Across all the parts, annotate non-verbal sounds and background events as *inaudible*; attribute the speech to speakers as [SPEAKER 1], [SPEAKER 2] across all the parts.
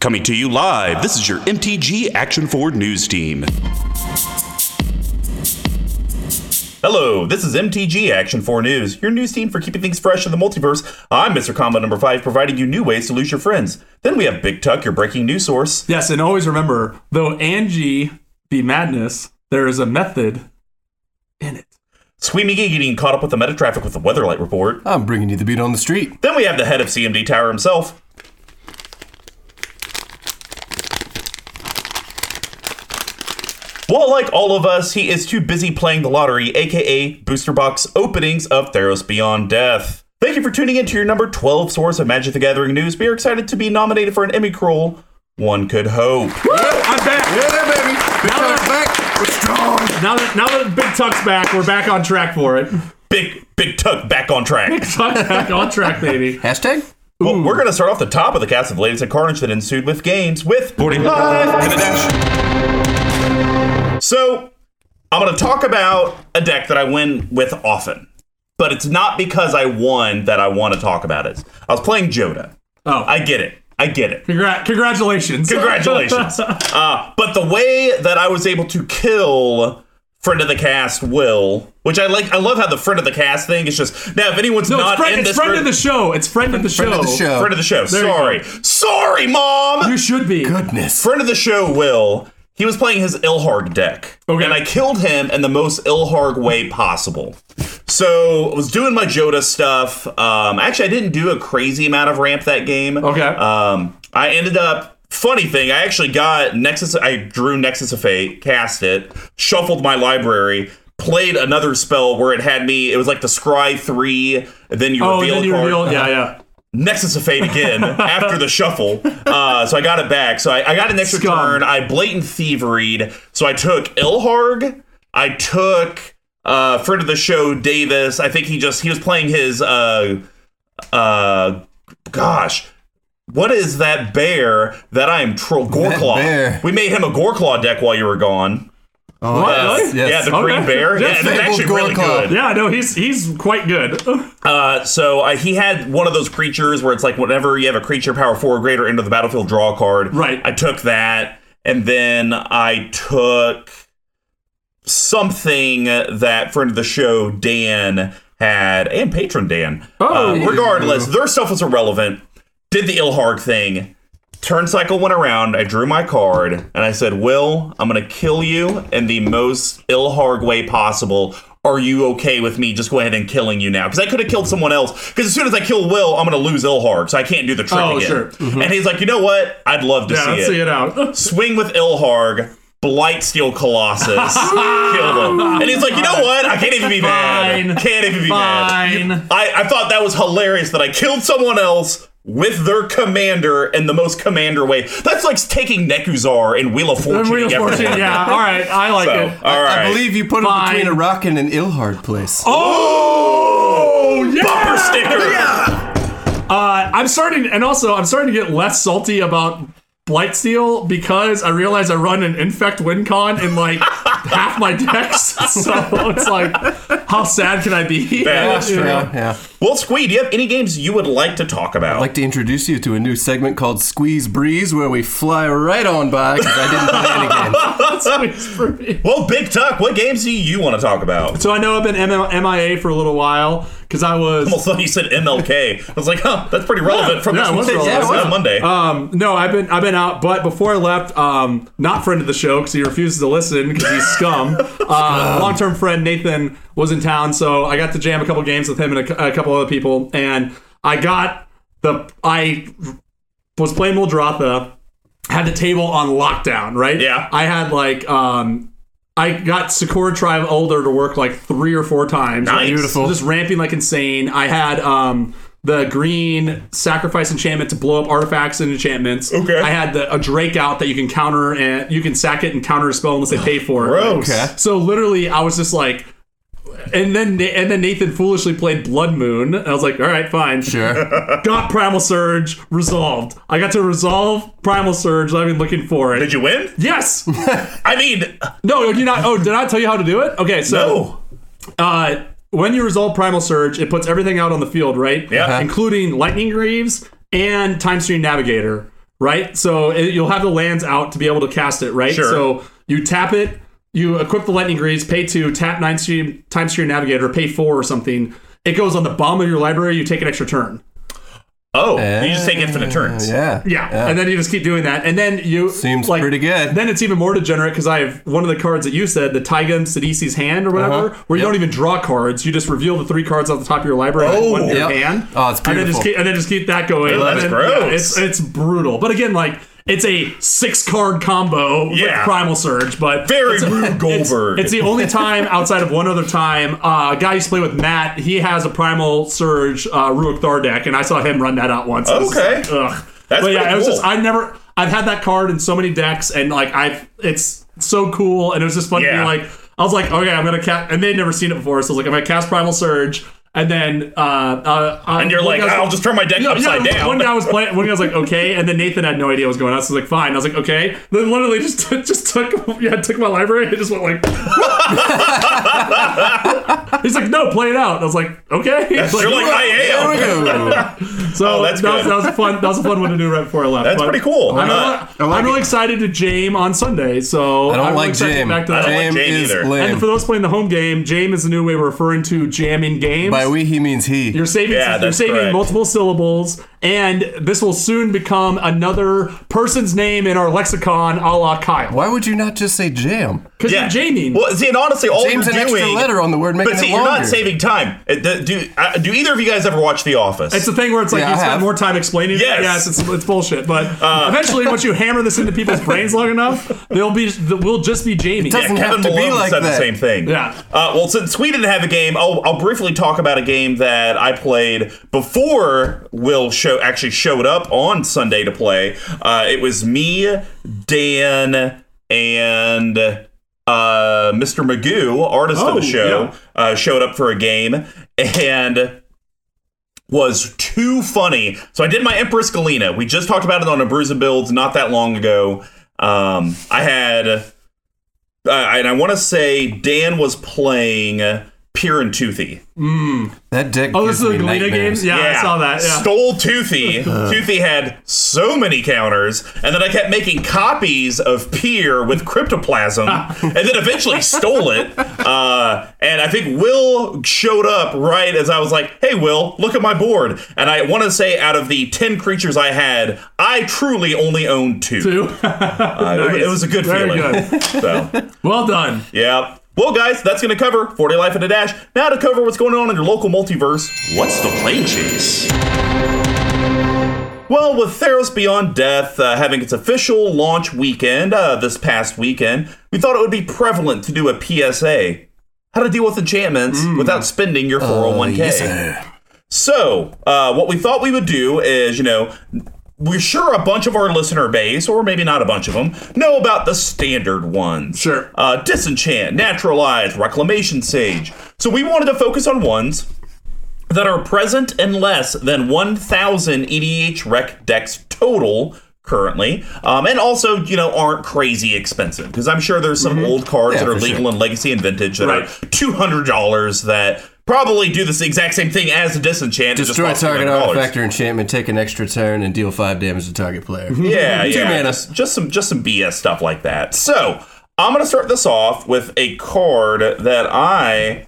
[SPEAKER 1] Coming to you live, this is your MTG Action Forward News Team. Hello, this is MTG Action 4 News, your news team for keeping things fresh in the multiverse. I'm Mr. Combo Number 5, providing you new ways to lose your friends. Then we have Big Tuck, your breaking news source.
[SPEAKER 2] Yes, and always remember, though Angie be madness, there is a method in it.
[SPEAKER 1] Sweemy Gee getting caught up with the meta traffic with the Weatherlight Report.
[SPEAKER 3] I'm bringing you the beat on the street.
[SPEAKER 1] Then we have the head of CMD Tower himself. Well, like all of us, he is too busy playing the lottery, aka booster box openings of Theros Beyond Death. Thank you for tuning in to your number 12 source of Magic the Gathering news. We are excited to be nominated for an Emmy Kroll. One could hope.
[SPEAKER 2] I'm back.
[SPEAKER 3] Yeah, baby. Big Tuck's back. We're strong.
[SPEAKER 2] Now that now that Big Tuck's back, we're back on track for *laughs* it.
[SPEAKER 1] Big, big tuck back on track.
[SPEAKER 2] Tuck back on track, baby.
[SPEAKER 3] Hashtag?
[SPEAKER 1] Well, we're going to start off the top of the cast of the latest carnage that ensued with games with 40 Live and a Dash. So, I'm going to talk about a deck that I win with often, but it's not because I won that I want to talk about it. I was playing Joda.
[SPEAKER 2] Oh.
[SPEAKER 1] I get it. I get it.
[SPEAKER 2] Congra- congratulations. *laughs*
[SPEAKER 1] Congratulations. uh, but the way that I was able to kill friend of the cast Will, which I like, I love how the friend of the cast thing is just now. If anyone's
[SPEAKER 2] No,
[SPEAKER 1] not
[SPEAKER 2] it's friend,
[SPEAKER 1] in
[SPEAKER 2] it's
[SPEAKER 1] this
[SPEAKER 2] friend
[SPEAKER 1] group-
[SPEAKER 2] of the show. It's friend of the show.
[SPEAKER 3] of the show.
[SPEAKER 1] friend of the show.
[SPEAKER 2] you
[SPEAKER 1] sorry, sorry, mom.
[SPEAKER 2] You should be.
[SPEAKER 3] Goodness.
[SPEAKER 1] friend of the show Will. He was playing his Ilharg deck,
[SPEAKER 2] Okay.
[SPEAKER 1] and I killed him in the most Ilharg way possible. So I was doing my Joda stuff. Um, actually, I didn't do a crazy amount of ramp that game.
[SPEAKER 2] Okay.
[SPEAKER 1] Um, I ended up. Funny thing, I actually got Nexus. I drew Nexus of Fate, cast it, shuffled my library, played another spell where it had me. It was like the Scry three. Then you
[SPEAKER 2] oh,
[SPEAKER 1] reveal
[SPEAKER 2] then
[SPEAKER 1] a
[SPEAKER 2] you
[SPEAKER 1] card.
[SPEAKER 2] reveal. Yeah, yeah.
[SPEAKER 1] Nexus of Fate
[SPEAKER 2] *laughs*
[SPEAKER 1] again after the shuffle. Uh, so I got it back. So I, I got an extra
[SPEAKER 2] Scum.
[SPEAKER 1] turn. I blatant thieveried. So I took Ilharg. I took uh, friend of the show Davis. I think he just he was playing his uh uh gosh. What is that bear that I am troll
[SPEAKER 3] bear.
[SPEAKER 1] Goreclaw? We made him a Goreclaw deck while you were gone. Uh,
[SPEAKER 3] Oh,
[SPEAKER 2] What?
[SPEAKER 3] yes,
[SPEAKER 2] Really?
[SPEAKER 3] yes.
[SPEAKER 1] Yeah, the green
[SPEAKER 2] Okay.
[SPEAKER 1] bear. Yeah,
[SPEAKER 2] Yes,
[SPEAKER 1] and it's
[SPEAKER 3] Fabled
[SPEAKER 1] actually really
[SPEAKER 3] Goreclaw.
[SPEAKER 1] good.
[SPEAKER 2] Yeah, no, he's he's quite good. *laughs*
[SPEAKER 1] Uh, so uh, he had one of those creatures where it's like whenever you have a creature power four or greater into the battlefield, draw a card.
[SPEAKER 2] Right.
[SPEAKER 1] I took that, and then I took something that friend of the show Dan had and patron Dan.
[SPEAKER 2] Oh.
[SPEAKER 1] Uh, regardless, their stuff was irrelevant. Did the Ilharg thing. Turn cycle went around. I drew my card and I said, "Will, I'm gonna kill you in the most Ilharg way possible." Are you okay with me just go ahead and killing you now? Because I could have killed someone else. Because as soon as I kill Will, I'm going to lose Ilharg, so I can't do the trick
[SPEAKER 2] Oh,
[SPEAKER 1] again.
[SPEAKER 2] sure.
[SPEAKER 1] And he's like, you know what? I'd love to
[SPEAKER 2] yeah,
[SPEAKER 1] see
[SPEAKER 2] let's
[SPEAKER 1] it
[SPEAKER 2] see it out.
[SPEAKER 1] swing with Ilharg, blight steel
[SPEAKER 2] *laughs*
[SPEAKER 1] Colossus, kill them. And he's like, you know what? I can't even be
[SPEAKER 2] Fine.
[SPEAKER 1] mad. Can't even be mad.
[SPEAKER 2] Fine.
[SPEAKER 1] I, I thought that was hilarious that I killed someone else with their commander in the most commander way. That's like taking Nekuzar in Wheel of Fortune.
[SPEAKER 2] Wheel of
[SPEAKER 1] and
[SPEAKER 2] Fortune,
[SPEAKER 1] everything.
[SPEAKER 2] yeah. All right, I like
[SPEAKER 1] So,
[SPEAKER 2] it.
[SPEAKER 1] all right.
[SPEAKER 3] I believe you put
[SPEAKER 2] Fine.
[SPEAKER 3] him between a rock and an Ilhard place.
[SPEAKER 1] Oh,
[SPEAKER 2] yeah!
[SPEAKER 1] bumper sticker.
[SPEAKER 2] Uh, I'm starting, and also I'm starting to get less salty about Blightsteel because I realize I run an Infect WinCon in
[SPEAKER 3] *laughs*
[SPEAKER 2] like half my decks. *laughs* So it's like, how sad can I be?
[SPEAKER 1] Bad.
[SPEAKER 3] That's
[SPEAKER 2] *laughs*
[SPEAKER 3] true. Yeah.
[SPEAKER 1] Well, Squee, do you have any games you would like to talk about?
[SPEAKER 3] I'd like to introduce you to a new segment called Squeeze Breeze, where we fly right on by because I didn't play any games.
[SPEAKER 2] That's nice for me.
[SPEAKER 1] well, Big Tuck, what games do you want to talk about? *laughs*
[SPEAKER 2] So I know I've been M- MIA for a little while because I was
[SPEAKER 1] almost thought you said MLK. I was like, huh, that's pretty relevant from
[SPEAKER 2] yeah,
[SPEAKER 1] this
[SPEAKER 2] it was
[SPEAKER 1] Monday.
[SPEAKER 2] relevant.
[SPEAKER 1] It's
[SPEAKER 3] Yeah, it
[SPEAKER 1] not
[SPEAKER 3] was.
[SPEAKER 1] Monday.
[SPEAKER 2] Um, no, I've been I've been out, but before I left, um, not friend of the show because he refuses to listen because he's
[SPEAKER 1] *laughs*
[SPEAKER 2] scum. Uh, Long term friend Nathan was in town, so I got to jam a couple games with him and a, cou- a couple other people, and I got the I was playing Moldratha, had the table on lockdown, right?
[SPEAKER 1] Yeah.
[SPEAKER 2] I had like um, I got Sakura Tribe Older to work like three or four times.
[SPEAKER 1] Nice.
[SPEAKER 2] Beautiful. Just ramping like insane. I had um the green sacrifice enchantment to blow up artifacts and enchantments.
[SPEAKER 1] Okay.
[SPEAKER 2] I had the, a Drake out that you can counter and you can sack it and counter a spell unless they pay for it.
[SPEAKER 1] Gross.
[SPEAKER 3] Okay.
[SPEAKER 2] So literally, I was just like, and then and then Nathan foolishly played Blood Moon. And I was like, all right, fine.
[SPEAKER 3] Sure.
[SPEAKER 2] Got Primal Surge resolved. I got to resolve Primal Surge. I've been looking for it.
[SPEAKER 1] Did you win?
[SPEAKER 2] Yes.
[SPEAKER 1] I mean, oh,
[SPEAKER 2] No, you not. Oh, did I tell you how to do it? Okay, so
[SPEAKER 1] no.
[SPEAKER 2] uh, when you resolve Primal Surge, it puts everything out on the field, right?
[SPEAKER 1] Yeah. Uh-huh.
[SPEAKER 2] Including Lightning Greaves and Time Stream Navigator. right? So it, you'll have the lands out to be able to cast it, right?
[SPEAKER 1] Sure.
[SPEAKER 2] So you tap it, you equip the lightning grease, pay two, tap nine stream, time stream navigator, pay four or something. It goes on the bottom of your library. You take an extra turn.
[SPEAKER 1] Oh, you just take infinite turns.
[SPEAKER 3] Uh, Yeah.
[SPEAKER 2] Yeah. And then you just keep doing that. And then you
[SPEAKER 3] Seems pretty good.
[SPEAKER 2] Then it's even more degenerate because I have one of the cards that you said, the Taiga Sidisi's hand or whatever,
[SPEAKER 3] Uh-huh.
[SPEAKER 2] where you
[SPEAKER 3] Yep.
[SPEAKER 2] don't even draw cards. You just reveal the three cards off the top of your library and
[SPEAKER 1] Oh.
[SPEAKER 2] one in your
[SPEAKER 3] Yep.
[SPEAKER 2] hand.
[SPEAKER 3] Oh, it's
[SPEAKER 2] And then just
[SPEAKER 3] beautiful.
[SPEAKER 2] keep, and then just keep that going.
[SPEAKER 1] Ooh, that's
[SPEAKER 2] And then-
[SPEAKER 1] gross.
[SPEAKER 2] yeah, it's it's brutal. But again, like it's a six card combo
[SPEAKER 1] Yeah.
[SPEAKER 2] with Primal Surge, but
[SPEAKER 1] Very
[SPEAKER 2] it's,
[SPEAKER 1] rude
[SPEAKER 2] it's-
[SPEAKER 1] Goldberg.
[SPEAKER 2] It's, the only time outside of one other time, uh, a guy used to play with Matt. He has a Primal Surge uh, Rurik Thar deck, and I saw him run that out once. I was just
[SPEAKER 1] Okay.
[SPEAKER 2] like, ugh.
[SPEAKER 1] That's
[SPEAKER 2] but yeah,
[SPEAKER 1] pretty
[SPEAKER 2] it was
[SPEAKER 1] cool.
[SPEAKER 2] just I never I've had that card in so many decks and like I've it's so cool and it was just fun
[SPEAKER 1] Yeah.
[SPEAKER 2] to be like I was like, okay, I'm gonna cast and they'd never seen it before, so I was like, I'm gonna cast Primal Surge and then uh uh
[SPEAKER 1] And you're like, I'll just turn my deck upside
[SPEAKER 2] yeah,
[SPEAKER 1] down.
[SPEAKER 2] One guy was playing. One guy
[SPEAKER 1] *laughs*
[SPEAKER 2] was like, "Okay," and then Nathan had no idea what was going on. So I was like, "Fine." I was like, "Okay." Then literally just took, just took yeah took my library and just went
[SPEAKER 1] *laughs*
[SPEAKER 2] like. *laughs* He's like, "No, play it out." And I was like, "Okay." Like,
[SPEAKER 1] You're like, I
[SPEAKER 3] There
[SPEAKER 1] am.
[SPEAKER 3] we go.
[SPEAKER 2] so
[SPEAKER 1] Oh, that's
[SPEAKER 2] that, was,
[SPEAKER 1] good.
[SPEAKER 2] that was a fun. That was a fun one to do right before I left.
[SPEAKER 1] That's
[SPEAKER 2] But
[SPEAKER 1] pretty cool.
[SPEAKER 2] I'm,
[SPEAKER 1] Uh,
[SPEAKER 2] really-
[SPEAKER 3] I like
[SPEAKER 2] I'm really
[SPEAKER 3] it.
[SPEAKER 2] excited to jam on Sunday. So
[SPEAKER 3] I don't
[SPEAKER 2] am
[SPEAKER 3] like
[SPEAKER 2] really excited to
[SPEAKER 3] Jame.
[SPEAKER 2] get Back to that.
[SPEAKER 1] don't like
[SPEAKER 3] Jame
[SPEAKER 1] Jame
[SPEAKER 3] is
[SPEAKER 1] either.
[SPEAKER 2] and for
[SPEAKER 3] lame.
[SPEAKER 2] those playing the home game, jam is a new way we're referring to jamming games.
[SPEAKER 3] By we, he means he.
[SPEAKER 2] You're saving
[SPEAKER 1] Yeah,
[SPEAKER 2] you're
[SPEAKER 1] that's
[SPEAKER 2] saving
[SPEAKER 1] correct.
[SPEAKER 2] multiple syllables, and this will soon become another person's name in our lexicon, a la Kyle.
[SPEAKER 3] Why would you not just say jam?
[SPEAKER 2] Because you're Jamie.
[SPEAKER 1] Well, see, and honestly, all
[SPEAKER 3] James
[SPEAKER 1] you're
[SPEAKER 3] an
[SPEAKER 1] doing
[SPEAKER 3] extra letter on the word, making
[SPEAKER 1] But see,
[SPEAKER 3] it
[SPEAKER 1] you're
[SPEAKER 3] longer.
[SPEAKER 1] not saving time. Uh, Do do- uh, do either of you guys ever watch The Office?
[SPEAKER 2] it's the thing where it's like
[SPEAKER 3] Yeah, I
[SPEAKER 2] you
[SPEAKER 3] have.
[SPEAKER 2] spend more time explaining. it.
[SPEAKER 1] Yes. Uh.
[SPEAKER 2] yes, it's, it's bullshit. But eventually, once you hammer this into people's brains long enough, they'll be we'll just be Jamie.
[SPEAKER 1] Yeah,
[SPEAKER 3] doesn't-
[SPEAKER 1] *laughs* Kevin
[SPEAKER 3] have to be
[SPEAKER 1] Malone
[SPEAKER 3] like
[SPEAKER 1] said the
[SPEAKER 3] that.
[SPEAKER 1] same thing.
[SPEAKER 2] Yeah.
[SPEAKER 1] Uh, well, since we didn't have a game, I'll, I'll briefly talk about a game that I played before Will show actually showed up on Sunday to play. Uh, it was me, Dan, and uh, Mr. Magoo, artist of
[SPEAKER 2] Oh,
[SPEAKER 1] the show, uh, showed up for a game and was too funny. So I did my Empress Galena. We just talked about it on a Bruiser Builds not that long ago. Um, I had uh, and I want to say Dan was playing Pure and Toothy.
[SPEAKER 3] That deck.
[SPEAKER 2] Oh,
[SPEAKER 3] gives
[SPEAKER 2] this is the
[SPEAKER 3] me
[SPEAKER 2] Galena game.
[SPEAKER 3] nightmares.
[SPEAKER 2] Yeah, I saw that. Yeah. *laughs*
[SPEAKER 1] Stole Toothy. Toothy had so many counters, and then I kept making copies of Pier with
[SPEAKER 2] *laughs*
[SPEAKER 1] Cryptoplasm, and then eventually stole it. Uh, and I think Will showed up right as I was like, "Hey, Will, look at my board." And I want to say, out of the ten creatures I had, I truly only owned two.
[SPEAKER 2] *laughs*
[SPEAKER 1] Uh, it- it, was a good
[SPEAKER 2] Very
[SPEAKER 1] feeling.
[SPEAKER 2] *laughs*
[SPEAKER 1] So.
[SPEAKER 2] well done.
[SPEAKER 1] Yeah. Well, guys, that's going to cover 40 Life in a Dash. Now to cover what's going on in your local multiverse. What's the plane chase? Well, with Theros Beyond Death uh, having its official launch weekend uh, this past weekend, we thought it would be prevalent to do a PSA. How to deal with enchantments without spending your 401k.
[SPEAKER 3] Hmm. Uh, Yes, sir.
[SPEAKER 1] So, uh, what we thought we would do is, you know, we're sure a bunch of our listener base, or maybe not a bunch of them, know about the standard ones.
[SPEAKER 2] Sure.
[SPEAKER 1] Uh, Disenchant, Naturalize, Reclamation Sage. So, we wanted to focus on ones that are present in less than 1,000 EDH rec decks total currently, um, and also, you know, aren't crazy expensive. Because I'm sure there's some old cards
[SPEAKER 3] Mm-hmm. Yeah,
[SPEAKER 1] that are
[SPEAKER 3] for sure.
[SPEAKER 1] legal and legacy and vintage that are
[SPEAKER 2] Right.
[SPEAKER 1] $200 that probably do this exact same thing as a disenchant. it just
[SPEAKER 3] Destroy
[SPEAKER 1] costs
[SPEAKER 3] target
[SPEAKER 1] $200.
[SPEAKER 3] artifact or enchantment, take an extra turn, and deal five damage to
[SPEAKER 2] *laughs*
[SPEAKER 3] target player.
[SPEAKER 1] Yeah,
[SPEAKER 3] Two
[SPEAKER 1] yeah.
[SPEAKER 3] mana.
[SPEAKER 1] Just, just some just some BS stuff like that. So I'm gonna start this off with a card that I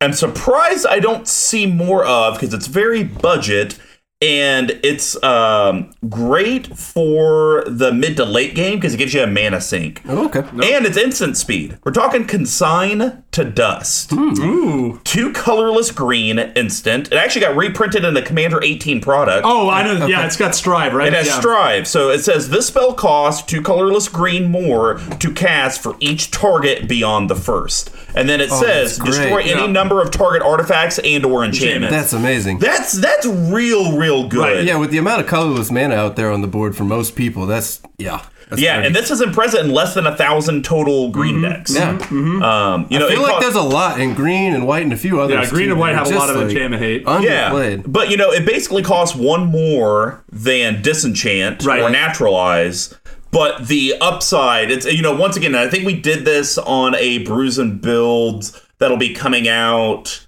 [SPEAKER 1] am surprised I don't see more of because it's very budget and it's um, great for the mid to late game because it gives you a mana sink.
[SPEAKER 3] Oh, okay.
[SPEAKER 1] And it's instant speed. We're talking consign to dust.
[SPEAKER 2] Ooh.
[SPEAKER 1] Two colorless green instant. It actually got reprinted in the Commander 18 product.
[SPEAKER 2] Oh, I know. Yeah, it's got Strive, right?
[SPEAKER 1] It has
[SPEAKER 2] yeah.
[SPEAKER 1] Strive. So it says this spell costs two colorless green more to cast for each target beyond the first. And then it says
[SPEAKER 3] Oh, that's great.
[SPEAKER 1] destroy any
[SPEAKER 2] Yeah.
[SPEAKER 1] number of target artifacts and or enchantments.
[SPEAKER 3] That's amazing.
[SPEAKER 1] That's that's real, real good.
[SPEAKER 2] Right,
[SPEAKER 3] yeah, with the amount of colorless mana out there on the board for most people, that's yeah. That's
[SPEAKER 1] Yeah,
[SPEAKER 3] pretty-
[SPEAKER 1] and this is impressive in less than a thousand total green decks.
[SPEAKER 3] Mm-hmm. yeah.
[SPEAKER 2] Mm-hmm.
[SPEAKER 1] Um, you know,
[SPEAKER 3] I feel
[SPEAKER 1] it
[SPEAKER 3] like
[SPEAKER 1] cost-
[SPEAKER 3] there's a lot in green and white and a few others.
[SPEAKER 2] Yeah, green
[SPEAKER 3] too,
[SPEAKER 2] and white
[SPEAKER 3] that are
[SPEAKER 2] have a lot of
[SPEAKER 3] just, like,
[SPEAKER 2] enchantment hate.
[SPEAKER 1] Yeah,
[SPEAKER 3] Underplayed.
[SPEAKER 1] but you know, it basically costs one more than disenchant
[SPEAKER 2] Right.
[SPEAKER 1] or naturalize. But the upside, it's you know, once again, I think we did this on a bruise and build that'll be coming out.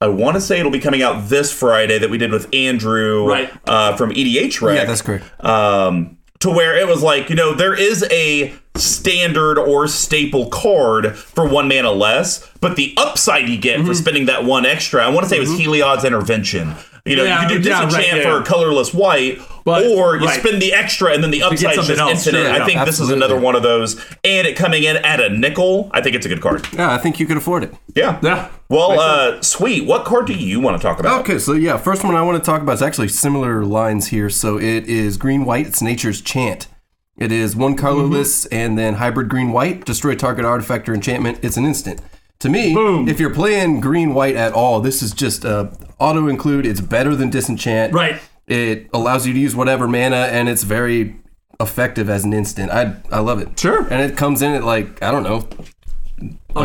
[SPEAKER 1] I want to say it'll be coming out this Friday that we did with Andrew
[SPEAKER 2] Right.
[SPEAKER 1] uh, from EDH Rec.
[SPEAKER 3] Yeah, that's correct.
[SPEAKER 1] Um, to where it was like, you know, there is a standard or staple card for one mana less, but the upside you get
[SPEAKER 2] Mm-hmm.
[SPEAKER 1] for spending that one extra, I want to say it was Heliod's Intervention. You know,
[SPEAKER 2] Yeah,
[SPEAKER 1] you can do
[SPEAKER 2] yeah, right,
[SPEAKER 1] disenchant
[SPEAKER 2] yeah.
[SPEAKER 1] for a colorless white,
[SPEAKER 2] But-
[SPEAKER 1] or you
[SPEAKER 2] right.
[SPEAKER 1] spend the extra and then the upside is
[SPEAKER 2] something
[SPEAKER 1] just
[SPEAKER 2] else,
[SPEAKER 1] infinite.
[SPEAKER 2] sure,
[SPEAKER 1] I
[SPEAKER 2] yeah,
[SPEAKER 1] think this is
[SPEAKER 3] absolutely.
[SPEAKER 1] another one of those. And it coming in at a nickel, I think it's a good card.
[SPEAKER 3] Yeah, I think you could afford it.
[SPEAKER 1] Yeah.
[SPEAKER 2] Yeah.
[SPEAKER 1] Well, uh, sweet. What card do you want to talk about?
[SPEAKER 3] Okay, so yeah, first one I want to talk about is actually similar lines here. So it is green white, it's nature's chant. It is one colorless
[SPEAKER 2] Mm-hmm.
[SPEAKER 3] and then hybrid green white, destroy target artifact or enchantment. It's an instant. To me, if you're playing green white at all, this is just uh, auto include. It's better than disenchant.
[SPEAKER 2] Right.
[SPEAKER 3] It allows you to use whatever mana and it's very effective as an instant. I I love it.
[SPEAKER 2] Sure.
[SPEAKER 3] And it comes in at like, I don't know,
[SPEAKER 2] A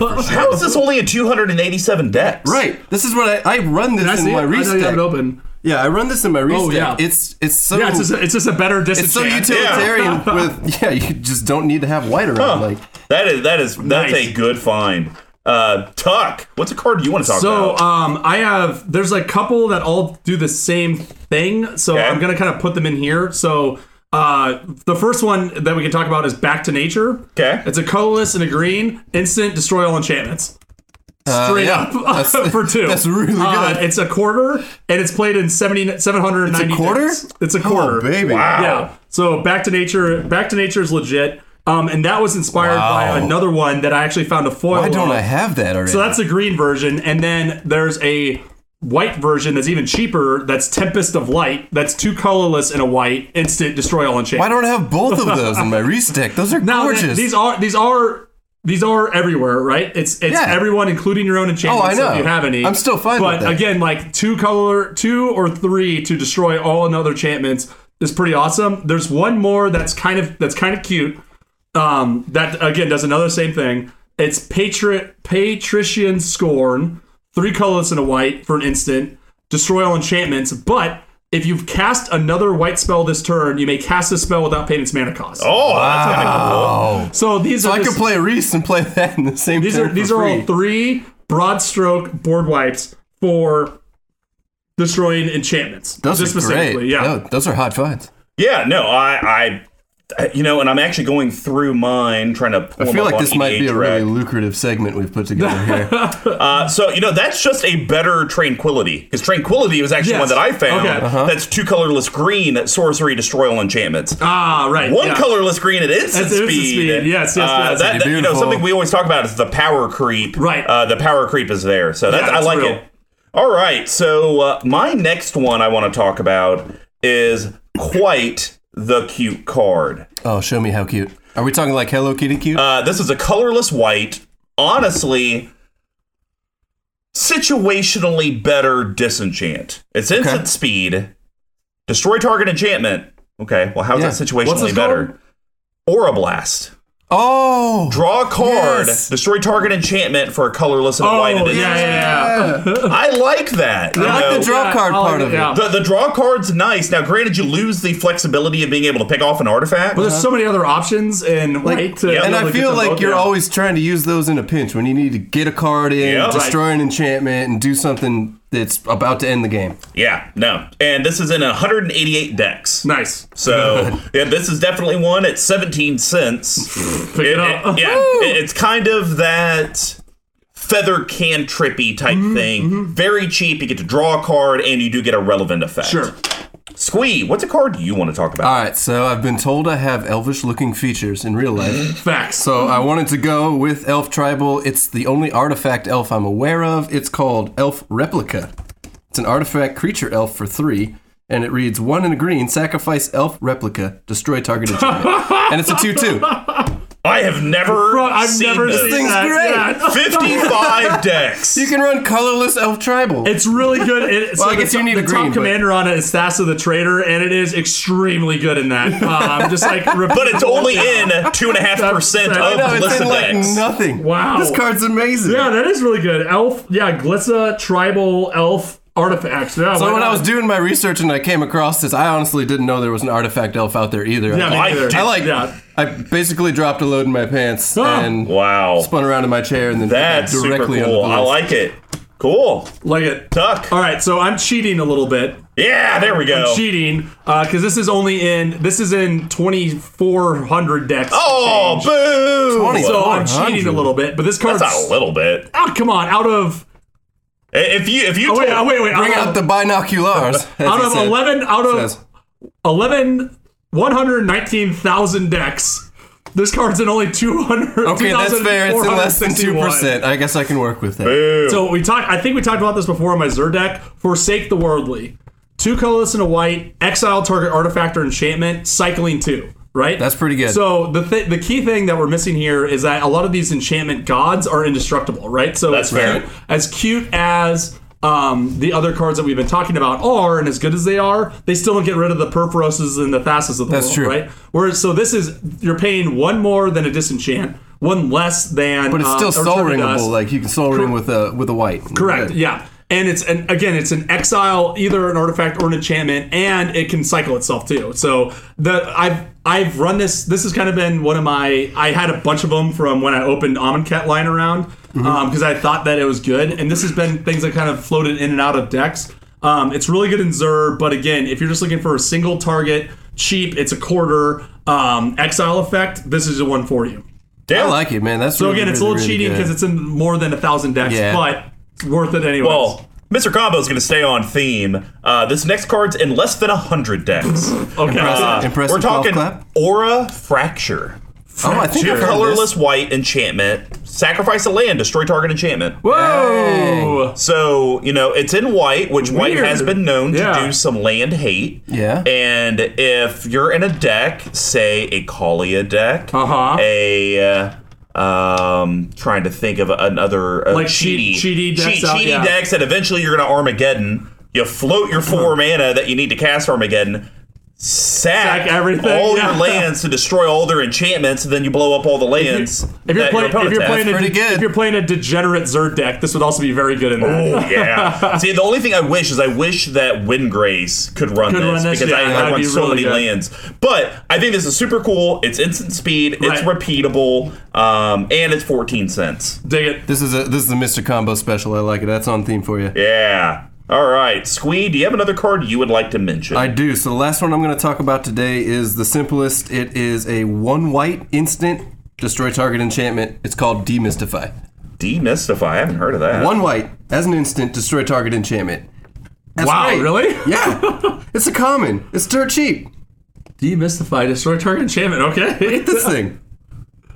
[SPEAKER 2] *laughs*
[SPEAKER 3] for
[SPEAKER 2] gumball.
[SPEAKER 1] How is this only in 287 decks?
[SPEAKER 3] Right. This is what I, I run this
[SPEAKER 2] I
[SPEAKER 3] in
[SPEAKER 2] see it.
[SPEAKER 3] my
[SPEAKER 2] I know you have
[SPEAKER 3] restack.
[SPEAKER 2] it open.
[SPEAKER 3] Yeah, I run this in my restack.
[SPEAKER 2] yeah.
[SPEAKER 3] It's it's so
[SPEAKER 2] Yeah, it's just a, it's just a better
[SPEAKER 3] it's so
[SPEAKER 2] disenchant.
[SPEAKER 3] utilitarian
[SPEAKER 2] *laughs* Yeah.
[SPEAKER 3] with yeah, you just don't need to have white around. Like
[SPEAKER 1] That is that is that's
[SPEAKER 2] Nice.
[SPEAKER 1] a good find. Uh, Tuck, what's a card you want to talk
[SPEAKER 2] So
[SPEAKER 1] about?
[SPEAKER 2] um, I have there's a couple that all do the same thing. So
[SPEAKER 1] Okay.
[SPEAKER 2] I'm gonna kind of put them in here. So uh, the first one that we can talk about is Back to Nature.
[SPEAKER 1] Okay.
[SPEAKER 2] It's a colorless and a green instant destroy all enchantments. Straight
[SPEAKER 3] Uh, yeah.
[SPEAKER 2] up uh, *laughs*
[SPEAKER 3] That's-
[SPEAKER 2] for two.
[SPEAKER 3] that's really
[SPEAKER 2] Uh,
[SPEAKER 3] good.
[SPEAKER 2] it's a quarter and it's played in 70, 790
[SPEAKER 3] It's a quarter?
[SPEAKER 2] decks. It's a quarter.
[SPEAKER 3] Oh baby.
[SPEAKER 1] Wow.
[SPEAKER 2] Yeah. So back to nature. Back to nature is legit. Um, and that was inspired by
[SPEAKER 3] Wow.
[SPEAKER 2] another one that I actually found a foil.
[SPEAKER 3] Why don't
[SPEAKER 2] of.
[SPEAKER 3] I have that already?
[SPEAKER 2] So that's the green version, and then there's a white version that's even cheaper. That's Tempest of Light. That's two colorless and a white instant destroy all enchant.
[SPEAKER 3] Why don't I have both of those in my restack? Those are
[SPEAKER 2] now that-
[SPEAKER 3] gorgeous.
[SPEAKER 2] these are these are these are everywhere, right? It's it's
[SPEAKER 3] Yeah.
[SPEAKER 2] everyone, including your own enchantments.
[SPEAKER 3] Oh, I
[SPEAKER 2] so if
[SPEAKER 3] know.
[SPEAKER 2] you have any.
[SPEAKER 3] I'm still fine
[SPEAKER 2] But
[SPEAKER 3] with that.
[SPEAKER 2] again, like two color, two or three to destroy all another enchantments is pretty awesome. There's one more that's kind of that's kind of cute. Um, that again does another same thing. It's patri- patrician scorn, three colorless and a white for an instant. Destroy all enchantments, but if you've cast another white spell this turn, you may cast a spell without paying its mana cost.
[SPEAKER 1] oh, that's kind of cool.
[SPEAKER 2] So these
[SPEAKER 3] so
[SPEAKER 2] are
[SPEAKER 3] I could
[SPEAKER 2] just-
[SPEAKER 3] play Reese and play that in the same
[SPEAKER 2] these
[SPEAKER 3] turn
[SPEAKER 2] are these
[SPEAKER 3] for
[SPEAKER 2] are all
[SPEAKER 3] free.
[SPEAKER 2] three broad stroke board wipes for destroying enchantments.
[SPEAKER 3] those
[SPEAKER 2] just
[SPEAKER 3] are
[SPEAKER 2] specifically,
[SPEAKER 3] great.
[SPEAKER 2] yeah.
[SPEAKER 3] No, those are hot finds.
[SPEAKER 1] Yeah, no, I, I, you know, and I'm actually going through mine trying to. Pull
[SPEAKER 3] I feel like this might be a
[SPEAKER 1] track.
[SPEAKER 3] really lucrative segment we've
[SPEAKER 2] *laughs*
[SPEAKER 3] put together here.
[SPEAKER 1] Uh, so you know that's just a better tranquility because tranquility was actually
[SPEAKER 2] Yes.
[SPEAKER 1] one that I found.
[SPEAKER 2] Okay.
[SPEAKER 3] Uh-huh.
[SPEAKER 1] That's two colorless green sorcery destroy all enchantments.
[SPEAKER 2] Ah, right.
[SPEAKER 1] One
[SPEAKER 2] yeah.
[SPEAKER 1] colorless green at instant
[SPEAKER 2] At instant
[SPEAKER 1] speed.
[SPEAKER 2] speed, yes, yes,
[SPEAKER 1] Uh, that,
[SPEAKER 2] yes.
[SPEAKER 1] that- you know,
[SPEAKER 3] Beautiful.
[SPEAKER 1] something we always talk about is the power creep.
[SPEAKER 2] Right.
[SPEAKER 1] Uh, the power creep is there, so that's, I
[SPEAKER 2] that's
[SPEAKER 1] like
[SPEAKER 2] real.
[SPEAKER 1] it. All right, so uh, my next one I want to talk about is quite the cute card.
[SPEAKER 3] oh, show me how cute. Are we talking like Hello Kitty cute?
[SPEAKER 1] Uh, this is a colorless white. Honestly, situationally better disenchant. It's instant speed. Destroy target enchantment. Okay, well, how's
[SPEAKER 3] Yeah.
[SPEAKER 1] that situationally
[SPEAKER 2] this
[SPEAKER 1] better? Aura blast.
[SPEAKER 3] oh,
[SPEAKER 1] Draw a card,
[SPEAKER 3] Yes.
[SPEAKER 1] destroy target enchantment for a colorless and a
[SPEAKER 2] Oh,
[SPEAKER 1] white. and
[SPEAKER 2] yeah,
[SPEAKER 1] an
[SPEAKER 2] yeah,
[SPEAKER 1] instant.
[SPEAKER 2] yeah.
[SPEAKER 1] I like that. you
[SPEAKER 3] I like
[SPEAKER 1] know.
[SPEAKER 3] the draw
[SPEAKER 2] Yeah,
[SPEAKER 3] card
[SPEAKER 2] I like
[SPEAKER 3] part of it.
[SPEAKER 2] yeah.
[SPEAKER 1] the, the draw card's nice. Now, granted, you lose the flexibility of being able to pick off an artifact.
[SPEAKER 2] But there's so many other options in white. to
[SPEAKER 1] Yeah.
[SPEAKER 2] be
[SPEAKER 3] And
[SPEAKER 2] able to
[SPEAKER 3] I
[SPEAKER 2] get
[SPEAKER 3] feel
[SPEAKER 2] them
[SPEAKER 3] like
[SPEAKER 2] both,
[SPEAKER 3] you're
[SPEAKER 2] yeah.
[SPEAKER 3] always trying to use those in a pinch when you need to get a card in,
[SPEAKER 1] Yeah.
[SPEAKER 3] destroy an enchantment, and do something that's about to end the game.
[SPEAKER 1] yeah, no. And this is in 188 decks.
[SPEAKER 2] nice.
[SPEAKER 1] So yeah, this is definitely one at 17 cents.
[SPEAKER 2] Pick it, up.
[SPEAKER 1] yeah, it- it's kind of that feather cantrippy type
[SPEAKER 2] Mm-hmm,
[SPEAKER 1] thing. Very cheap. You get to draw a card, and you do get a relevant effect.
[SPEAKER 2] Sure.
[SPEAKER 1] Squee, what's a card you want to talk about?
[SPEAKER 3] All right, so I've been told I have elvish looking features in
[SPEAKER 2] *laughs*
[SPEAKER 3] real life.
[SPEAKER 2] Facts.
[SPEAKER 3] so I wanted to go with Elf Tribal. It's the only artifact elf I'm aware of. It's called Elf Replica. It's an artifact creature elf for three, and it reads one in a green, sacrifice elf replica, destroy
[SPEAKER 2] *laughs*
[SPEAKER 3] target enchantment. and it's a 2 2.
[SPEAKER 1] I have never
[SPEAKER 2] Bro, I've
[SPEAKER 1] seen
[SPEAKER 2] never
[SPEAKER 1] this. *laughs*
[SPEAKER 2] seen
[SPEAKER 3] thing's
[SPEAKER 2] that.
[SPEAKER 3] great.
[SPEAKER 2] Yeah. *laughs*
[SPEAKER 1] 55 decks.
[SPEAKER 3] You can run colorless Elf Tribal.
[SPEAKER 2] It's really good. It, so
[SPEAKER 3] I guess
[SPEAKER 2] the,
[SPEAKER 3] you need
[SPEAKER 2] the
[SPEAKER 3] a green,
[SPEAKER 2] top
[SPEAKER 3] but-
[SPEAKER 2] commander on it is Thassa the Traitor, and it is extremely good in that. Uh, I'm just
[SPEAKER 1] *laughs*
[SPEAKER 2] like,
[SPEAKER 1] But it's
[SPEAKER 2] *laughs*
[SPEAKER 1] only in 2.5%
[SPEAKER 2] I
[SPEAKER 1] of
[SPEAKER 2] know,
[SPEAKER 3] no, Oh, it's
[SPEAKER 1] listed
[SPEAKER 3] in like
[SPEAKER 1] decks.
[SPEAKER 3] nothing.
[SPEAKER 2] Wow.
[SPEAKER 3] This card's amazing.
[SPEAKER 2] Yeah, that is really good. Elf, yeah, Glitza tribal elf artifacts. Yeah,
[SPEAKER 3] So
[SPEAKER 2] why
[SPEAKER 3] when I
[SPEAKER 2] not?
[SPEAKER 3] was doing my research and I came across this, I honestly didn't know there was an artifact elf out there either.
[SPEAKER 2] yeah, me
[SPEAKER 1] I-
[SPEAKER 2] neither.
[SPEAKER 1] I
[SPEAKER 3] like-
[SPEAKER 2] yeah.
[SPEAKER 3] I basically dropped a load in my pants
[SPEAKER 2] Ah.
[SPEAKER 3] and
[SPEAKER 1] Wow.
[SPEAKER 3] spun around in my chair and then
[SPEAKER 1] That's
[SPEAKER 3] directly
[SPEAKER 1] super
[SPEAKER 3] under
[SPEAKER 1] cool.
[SPEAKER 3] the
[SPEAKER 1] I
[SPEAKER 3] list.
[SPEAKER 1] like it. Cool.
[SPEAKER 2] like it.
[SPEAKER 1] Tuck.
[SPEAKER 2] All right, so I'm cheating a little bit.
[SPEAKER 1] Yeah, there we
[SPEAKER 3] Oh.
[SPEAKER 1] go.
[SPEAKER 2] cheating because this is only in this is in 2400 decks.
[SPEAKER 1] Oh,
[SPEAKER 2] change.
[SPEAKER 1] boo!
[SPEAKER 3] Twenty.
[SPEAKER 2] so I'm
[SPEAKER 3] 400.
[SPEAKER 2] cheating a little bit, but this card's
[SPEAKER 1] That's not a little bit.
[SPEAKER 2] oh, come on out of
[SPEAKER 1] I- If you if you
[SPEAKER 2] oh, wait
[SPEAKER 1] told-
[SPEAKER 2] oh, wait wait
[SPEAKER 3] Bring
[SPEAKER 2] out,
[SPEAKER 3] out
[SPEAKER 2] of, *laughs*
[SPEAKER 3] the binoculars. as
[SPEAKER 2] out
[SPEAKER 3] he
[SPEAKER 2] of
[SPEAKER 3] said.
[SPEAKER 2] 11 out of
[SPEAKER 3] Says.
[SPEAKER 2] 11 119,000 decks. This card's in only 200.
[SPEAKER 3] Okay, that's fair. It's in less than two
[SPEAKER 2] 2,461.
[SPEAKER 3] percent. I guess I can work with that.
[SPEAKER 1] Boo.
[SPEAKER 2] So we talked. I think we talked about this before on my Zerdak. Forsake the worldly. Two colorless and a white. Exile target artifact or enchantment. Cycling two. Right.
[SPEAKER 3] That's pretty good.
[SPEAKER 2] So the th- the key thing that we're missing here is that a lot of these enchantment gods are indestructible. Right. So
[SPEAKER 1] That's
[SPEAKER 2] as
[SPEAKER 1] fair.
[SPEAKER 2] Cute, as cute as. Um, the other cards that we've been talking about are, and as good as they are, they still don't get rid of the Perforoses and the Thasses of the
[SPEAKER 3] That's
[SPEAKER 2] world,
[SPEAKER 3] true.
[SPEAKER 2] right? Whereas, so this is you're paying one more than a disenchant, one less than,
[SPEAKER 3] but it's
[SPEAKER 2] um,
[SPEAKER 3] still
[SPEAKER 2] or
[SPEAKER 3] soul
[SPEAKER 2] Turgid Dust.
[SPEAKER 3] ringable. Like you can soul ring with a with a white.
[SPEAKER 2] Correct.
[SPEAKER 3] Good.
[SPEAKER 2] Yeah. And it's an again, it's an exile, either an artifact or an enchantment, and it can cycle itself too. So the I've I've run this. This has kind of been one of my. I had a bunch of them from when I opened Amonkhet line around because
[SPEAKER 3] Mm-hmm.
[SPEAKER 2] I thought that it was good, and this has been things that kind of floated in and out of decks. Um, it's really good in Xur, but again, if you're just looking for a single target, cheap, it's a quarter um, exile effect. This is the one for you.
[SPEAKER 1] Yeah.
[SPEAKER 3] I like it, man. That's
[SPEAKER 2] So
[SPEAKER 3] really,
[SPEAKER 2] again, it's a
[SPEAKER 3] really,
[SPEAKER 2] little
[SPEAKER 3] really
[SPEAKER 2] cheating
[SPEAKER 3] good.
[SPEAKER 2] because it's in more than a thousand decks,
[SPEAKER 3] Yeah.
[SPEAKER 2] but it's worth it anyway.
[SPEAKER 1] Well, Mr. Combo is going to stay on theme. Uh, this next card's in less than 100 decks.
[SPEAKER 2] okay.
[SPEAKER 1] Uh,
[SPEAKER 3] *laughs* Impressive
[SPEAKER 1] we're talking
[SPEAKER 3] golf clap.
[SPEAKER 1] Aura Fracture.
[SPEAKER 3] oh, I think
[SPEAKER 1] Two
[SPEAKER 3] I've heard of
[SPEAKER 1] colorless
[SPEAKER 3] this.
[SPEAKER 1] white enchantment. Sacrifice a land, destroy target enchantment.
[SPEAKER 2] Whoa!
[SPEAKER 1] So, you know, it's in white, which white
[SPEAKER 2] Weird.
[SPEAKER 1] has been known
[SPEAKER 2] Yeah.
[SPEAKER 1] to do some land hate.
[SPEAKER 3] Yeah.
[SPEAKER 1] And if you're in a deck, say a Kalia deck,
[SPEAKER 2] Uh-huh.
[SPEAKER 1] a. Uh, um, trying to think of another uh,
[SPEAKER 2] Like
[SPEAKER 1] cheaty,
[SPEAKER 2] cheat- cheaty decks out,
[SPEAKER 1] cheaty
[SPEAKER 2] yeah.
[SPEAKER 1] decks that eventually you're gonna Armageddon. You float your four
[SPEAKER 2] Uh-huh.
[SPEAKER 1] mana that you need to cast Armageddon, sack,
[SPEAKER 2] Sack everything,
[SPEAKER 1] all
[SPEAKER 2] *laughs* yeah.
[SPEAKER 1] your lands to destroy all their enchantments, and then you blow up all the lands.
[SPEAKER 2] If you're
[SPEAKER 1] that your
[SPEAKER 2] playing, if
[SPEAKER 1] opponent
[SPEAKER 2] you're
[SPEAKER 1] has.
[SPEAKER 2] playing, a,
[SPEAKER 3] pretty good.
[SPEAKER 2] if you're playing a degenerate Zerd deck, this would also be very good in that.
[SPEAKER 1] Oh
[SPEAKER 2] *laughs*
[SPEAKER 1] yeah. See, the only thing I wish is I wish that Wind Grace could run,
[SPEAKER 2] Could
[SPEAKER 1] this,
[SPEAKER 2] run this,
[SPEAKER 1] because
[SPEAKER 2] yeah,
[SPEAKER 1] I, I
[SPEAKER 2] that'd
[SPEAKER 1] run
[SPEAKER 2] be
[SPEAKER 1] so
[SPEAKER 2] really
[SPEAKER 1] many
[SPEAKER 2] good.
[SPEAKER 1] lands. But I think this is super cool. It's instant speed. It's
[SPEAKER 2] Right.
[SPEAKER 1] repeatable, um, and it's fourteen cents.
[SPEAKER 2] Dig it.
[SPEAKER 3] This is a this is a Mr. Combo special. I like it. That's on theme for you.
[SPEAKER 1] Yeah. All right, Squee. Do you have another card you would like to mention?
[SPEAKER 3] I do. So the last one I'm going to talk about today is the simplest. It is a one white instant destroy target enchantment. It's called Demystify.
[SPEAKER 1] Demystify. I haven't heard of that.
[SPEAKER 3] One white as an instant destroy target enchantment. That's
[SPEAKER 2] wow,
[SPEAKER 3] great.
[SPEAKER 2] really?
[SPEAKER 3] Yeah, *laughs* it's a common. It's dirt cheap.
[SPEAKER 2] Demystify, destroy target enchantment. Okay.
[SPEAKER 3] This
[SPEAKER 2] *laughs*
[SPEAKER 3] thing.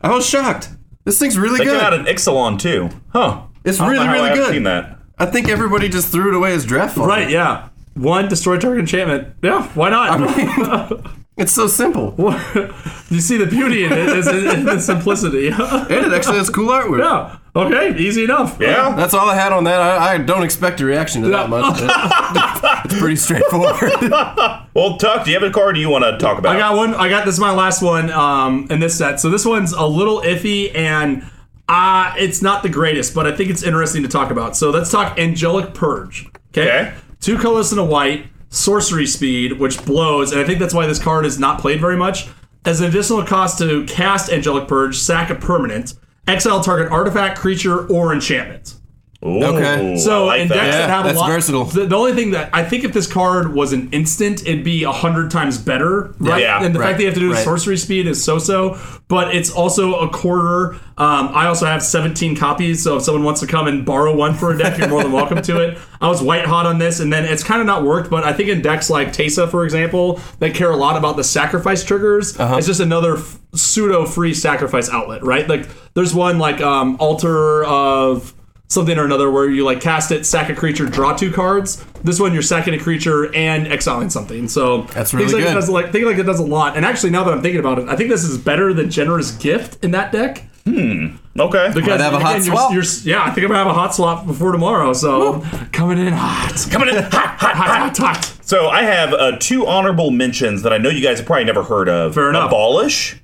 [SPEAKER 3] I was shocked. This thing's really
[SPEAKER 1] They got
[SPEAKER 3] good.
[SPEAKER 1] an Ixalan too, huh?
[SPEAKER 2] Oh,
[SPEAKER 3] It's
[SPEAKER 1] I don't know
[SPEAKER 3] really,
[SPEAKER 1] how I
[SPEAKER 3] really
[SPEAKER 1] haven't
[SPEAKER 3] good.
[SPEAKER 1] Seen that?
[SPEAKER 3] I think everybody just threw it away as draft. fodder.
[SPEAKER 2] right. Yeah. One destroy target enchantment. Yeah. Why not?
[SPEAKER 3] *laughs* It's so simple.
[SPEAKER 2] *laughs* you see the beauty in it is in, in the simplicity. *laughs*
[SPEAKER 3] And it actually has cool artwork.
[SPEAKER 2] yeah. Okay. Easy enough.
[SPEAKER 1] Yeah.
[SPEAKER 3] That's all I had on that. I, I don't expect a reaction to
[SPEAKER 2] Yeah.
[SPEAKER 3] that much. it's
[SPEAKER 2] *laughs*
[SPEAKER 3] pretty straightforward.
[SPEAKER 1] Well, Tuck, do you have a card you want to talk about?
[SPEAKER 2] I got one. I got this. Is my last one um, in this set. So this one's a little iffy, and uh, it's not the greatest, but I think it's interesting to talk about. So let's talk angelic purge. Okay.
[SPEAKER 1] Okay.
[SPEAKER 2] Two colorless and a white sorcery speed, which blows, and I think that's why this card is not played very much. As an additional cost to cast angelic purge, sack a permanent, exile target artifact, creature, or enchantment.
[SPEAKER 1] Ooh,
[SPEAKER 3] Okay.
[SPEAKER 2] So
[SPEAKER 1] I like
[SPEAKER 2] in
[SPEAKER 1] that.
[SPEAKER 2] decks that
[SPEAKER 3] Yeah,
[SPEAKER 2] have a
[SPEAKER 3] that's
[SPEAKER 2] lot,
[SPEAKER 3] versatile.
[SPEAKER 2] The, the only thing that I think if this card was an instant, it'd be a hundred times better, right?
[SPEAKER 1] Yeah,
[SPEAKER 2] and the
[SPEAKER 3] right,
[SPEAKER 2] fact they have to do
[SPEAKER 3] right.
[SPEAKER 2] sorcery speed is so-so, but it's also a quarter. Um, I also have 17 copies, so if someone wants to come and borrow one for a deck, you're more than welcome to it. I was white hot on this, and then it's kind of not worked, but I think in decks like Tesa, for example, that care a lot about the sacrifice triggers,
[SPEAKER 3] Uh-huh.
[SPEAKER 2] it's just another f- pseudo-free sacrifice outlet, right? Like there's one like um, Altar of something or another where you like cast it, sack a creature, draw two cards. This one you're sacking a creature and exiling something. So
[SPEAKER 3] That's really
[SPEAKER 2] things like
[SPEAKER 3] good.
[SPEAKER 2] It does, like think like it does a lot. And actually, now that I'm thinking about it, I think this is better than generous gift in that deck.
[SPEAKER 1] okay.
[SPEAKER 2] Because
[SPEAKER 3] have a hot
[SPEAKER 2] you're-
[SPEAKER 3] swap.
[SPEAKER 2] you're- yeah, I think I'm gonna have a hot swap before tomorrow. So coming in hot,
[SPEAKER 1] Coming in hot, hot,
[SPEAKER 2] hot, hot, hot.
[SPEAKER 1] So I have uh, two honorable mentions that I know you guys have probably never heard of.
[SPEAKER 2] Fair enough.
[SPEAKER 1] Abolish,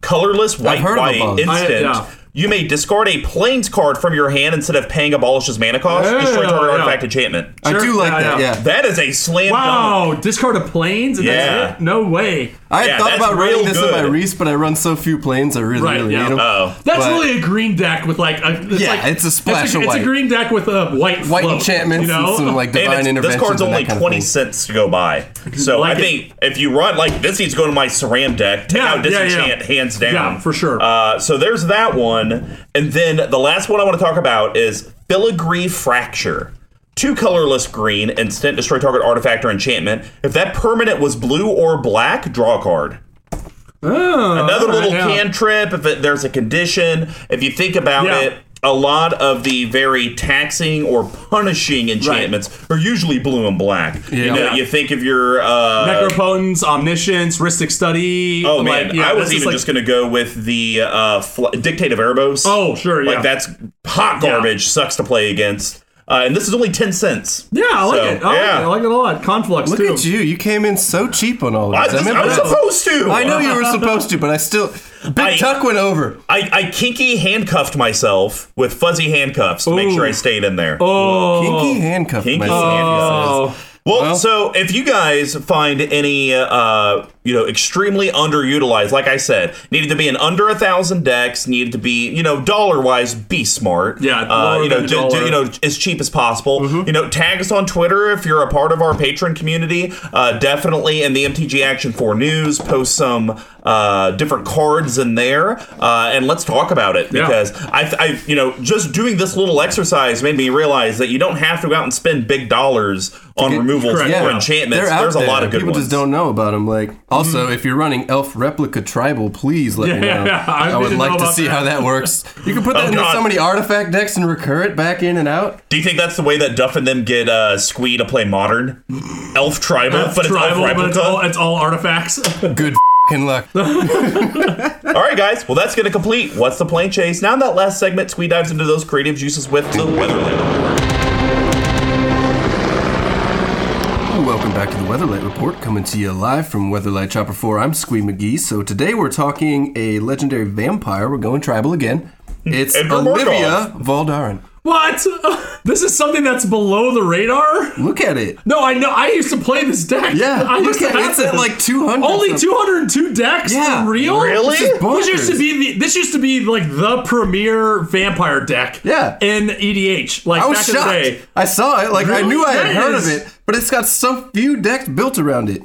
[SPEAKER 1] colorless white
[SPEAKER 3] heard of
[SPEAKER 1] white
[SPEAKER 3] Abolish.
[SPEAKER 1] instant.
[SPEAKER 2] I- yeah.
[SPEAKER 1] You may discard a planes card from your hand instead of paying abolishes mana cost.
[SPEAKER 2] Yeah,
[SPEAKER 1] Destroy target
[SPEAKER 2] yeah.
[SPEAKER 1] artifact enchantment.
[SPEAKER 3] I
[SPEAKER 2] Sure.
[SPEAKER 3] do like
[SPEAKER 2] Yeah,
[SPEAKER 3] that.
[SPEAKER 2] yeah.
[SPEAKER 3] Yeah,
[SPEAKER 1] That is a slam dunk.
[SPEAKER 2] Wow, Oh, discard of planes and
[SPEAKER 1] Yeah.
[SPEAKER 2] that's it? No way.
[SPEAKER 3] I had
[SPEAKER 1] Yeah,
[SPEAKER 3] thought
[SPEAKER 1] that's
[SPEAKER 3] about
[SPEAKER 1] real
[SPEAKER 3] writing this in my
[SPEAKER 1] good.
[SPEAKER 3] Reese, but I run so few planes, I really,
[SPEAKER 2] Right,
[SPEAKER 3] really
[SPEAKER 2] yeah.
[SPEAKER 3] need them.
[SPEAKER 1] Oh.
[SPEAKER 2] That's
[SPEAKER 3] But-
[SPEAKER 2] really a green deck with like a it's
[SPEAKER 3] Yeah,
[SPEAKER 2] like,
[SPEAKER 3] it's a splash
[SPEAKER 2] it's a,
[SPEAKER 3] of
[SPEAKER 2] It's
[SPEAKER 3] white.
[SPEAKER 2] a green deck with a white
[SPEAKER 3] White
[SPEAKER 2] float,
[SPEAKER 3] enchantments
[SPEAKER 2] You know?
[SPEAKER 3] and some like divine
[SPEAKER 1] And it's, this
[SPEAKER 3] interventions.
[SPEAKER 1] card's
[SPEAKER 3] and that
[SPEAKER 1] only
[SPEAKER 3] kind of
[SPEAKER 1] 20
[SPEAKER 3] thing.
[SPEAKER 1] cents to go by. So
[SPEAKER 2] Like
[SPEAKER 1] I
[SPEAKER 2] it.
[SPEAKER 1] think if you run, like, this needs to go to my Saram deck. Take
[SPEAKER 2] Yeah,
[SPEAKER 1] out
[SPEAKER 2] yeah, yeah.
[SPEAKER 1] Disenchant, hands down.
[SPEAKER 2] *laughs* Yeah, for sure.
[SPEAKER 1] Uh, so there's that one. And then the last one I want to talk about is Filigree Fracture. Two colorless green, instant destroy target artifact or enchantment. If that permanent was blue or black, draw a card.
[SPEAKER 2] Oh,
[SPEAKER 1] Another
[SPEAKER 2] alright,
[SPEAKER 1] little
[SPEAKER 2] yeah.
[SPEAKER 1] cantrip, if it, there's a condition. If you think about
[SPEAKER 2] Yeah.
[SPEAKER 1] it, a lot of the very taxing or punishing enchantments are usually blue and black. You
[SPEAKER 3] Yeah.
[SPEAKER 1] know,
[SPEAKER 2] Yeah.
[SPEAKER 1] you think of your. Uh,
[SPEAKER 2] Necropotence, Omniscience, Ristic Study.
[SPEAKER 1] oh,
[SPEAKER 2] like,
[SPEAKER 1] man.
[SPEAKER 2] yeah,
[SPEAKER 1] I
[SPEAKER 2] this
[SPEAKER 1] was
[SPEAKER 2] is
[SPEAKER 1] even
[SPEAKER 2] like-
[SPEAKER 1] just going to go with the uh, fl- Dictate of Erebos.
[SPEAKER 2] Oh, sure, yeah.
[SPEAKER 1] Like, that's hot
[SPEAKER 2] Yeah.
[SPEAKER 1] garbage, sucks to play against. Uh, and this is only 10 cents.
[SPEAKER 2] Yeah, I like
[SPEAKER 1] So,
[SPEAKER 2] it. I like,
[SPEAKER 1] yeah.
[SPEAKER 2] it. I like it a lot. Conflux
[SPEAKER 3] Look
[SPEAKER 2] too.
[SPEAKER 3] at you! You came in so cheap on all
[SPEAKER 1] I,
[SPEAKER 3] of this.
[SPEAKER 1] just, I
[SPEAKER 3] remember
[SPEAKER 1] was
[SPEAKER 3] that.
[SPEAKER 1] supposed to.
[SPEAKER 3] I know you were supposed to, but I still. Big
[SPEAKER 1] I-
[SPEAKER 3] Tuck went over.
[SPEAKER 1] I, I kinky handcuffed myself with fuzzy handcuffs to make
[SPEAKER 2] Ooh.
[SPEAKER 1] sure I stayed in there.
[SPEAKER 2] Oh,
[SPEAKER 3] Kinky handcuffed
[SPEAKER 1] Kinky
[SPEAKER 3] myself.
[SPEAKER 1] handcuffs.
[SPEAKER 2] oh.
[SPEAKER 1] Well,
[SPEAKER 3] Well-
[SPEAKER 1] so if you guys find any, uh, you know, extremely underutilized, like I said, needed to be in under a thousand decks, needed to be, you know, dollar wise, be smart.
[SPEAKER 2] Yeah,
[SPEAKER 1] uh,
[SPEAKER 2] lower
[SPEAKER 1] you know,
[SPEAKER 2] than a
[SPEAKER 1] do- do-
[SPEAKER 2] dollar.
[SPEAKER 1] you know, as cheap as possible.
[SPEAKER 2] Mm-hmm.
[SPEAKER 1] You know, tag us on Twitter if you're a part of our patron community. Uh, definitely in the MTG Action Four News, post some uh, different cards in there, uh, and let's talk about it
[SPEAKER 2] Yeah.
[SPEAKER 1] because I, I, you know, just doing this little exercise made me realize that you don't have to go out and spend big dollars on
[SPEAKER 3] get-
[SPEAKER 1] removals
[SPEAKER 2] Correct.
[SPEAKER 1] for
[SPEAKER 2] Yeah.
[SPEAKER 1] enchantments. There's a lot of good
[SPEAKER 3] People
[SPEAKER 1] ones.
[SPEAKER 3] just don't know about them. Like, also, if you're running Elf Replica Tribal, please let me
[SPEAKER 2] Yeah,
[SPEAKER 3] know.
[SPEAKER 2] I
[SPEAKER 3] I would
[SPEAKER 2] didn't know
[SPEAKER 3] like to
[SPEAKER 2] about
[SPEAKER 3] see how that works. You can put that
[SPEAKER 1] Oh,
[SPEAKER 3] into
[SPEAKER 1] God.
[SPEAKER 3] so many artifact decks and recur it back in and out.
[SPEAKER 1] Do you think that's the way that Duff and them get uh, Squee to play
[SPEAKER 2] *gasps*
[SPEAKER 1] modern? Elf tribal, but it's
[SPEAKER 2] tribal,
[SPEAKER 1] elf
[SPEAKER 2] but it's
[SPEAKER 1] replica.
[SPEAKER 2] all, it's all artifacts. *laughs*
[SPEAKER 3] Good fing luck.
[SPEAKER 1] all right, guys. Well, that's going to complete. What's the plane chase? Now in that last segment, Squee dives into those creative juices with the Weatherland.
[SPEAKER 3] Welcome back to the Weatherlight Report, coming to you live from Weatherlight Chopper 4. I'm Squee McGee. So today we're talking a legendary vampire. We're going tribal again. It's
[SPEAKER 1] Edgar
[SPEAKER 3] Olivia Voldarin.
[SPEAKER 2] what? *laughs* this is something that's below the radar.
[SPEAKER 3] Look at it.
[SPEAKER 2] No, I know. I used to play this deck.
[SPEAKER 3] Yeah,
[SPEAKER 2] I used
[SPEAKER 3] look
[SPEAKER 2] to
[SPEAKER 3] at it.
[SPEAKER 2] have
[SPEAKER 3] It's at
[SPEAKER 2] this.
[SPEAKER 3] like 200.
[SPEAKER 2] Only
[SPEAKER 3] something.
[SPEAKER 2] 202 decks.
[SPEAKER 3] Yeah.
[SPEAKER 2] for real?
[SPEAKER 1] Really?
[SPEAKER 3] This
[SPEAKER 2] This used
[SPEAKER 3] is
[SPEAKER 2] to
[SPEAKER 3] bonkers.
[SPEAKER 2] be the, this used to be like the premier vampire deck.
[SPEAKER 3] Yeah.
[SPEAKER 2] In EDH, like
[SPEAKER 3] I was
[SPEAKER 2] back
[SPEAKER 3] shocked.
[SPEAKER 2] in the day.
[SPEAKER 3] I saw it. Like I
[SPEAKER 2] Really?
[SPEAKER 3] knew I had
[SPEAKER 2] That
[SPEAKER 3] heard
[SPEAKER 2] is-
[SPEAKER 3] of it, but it's got so few decks built around it.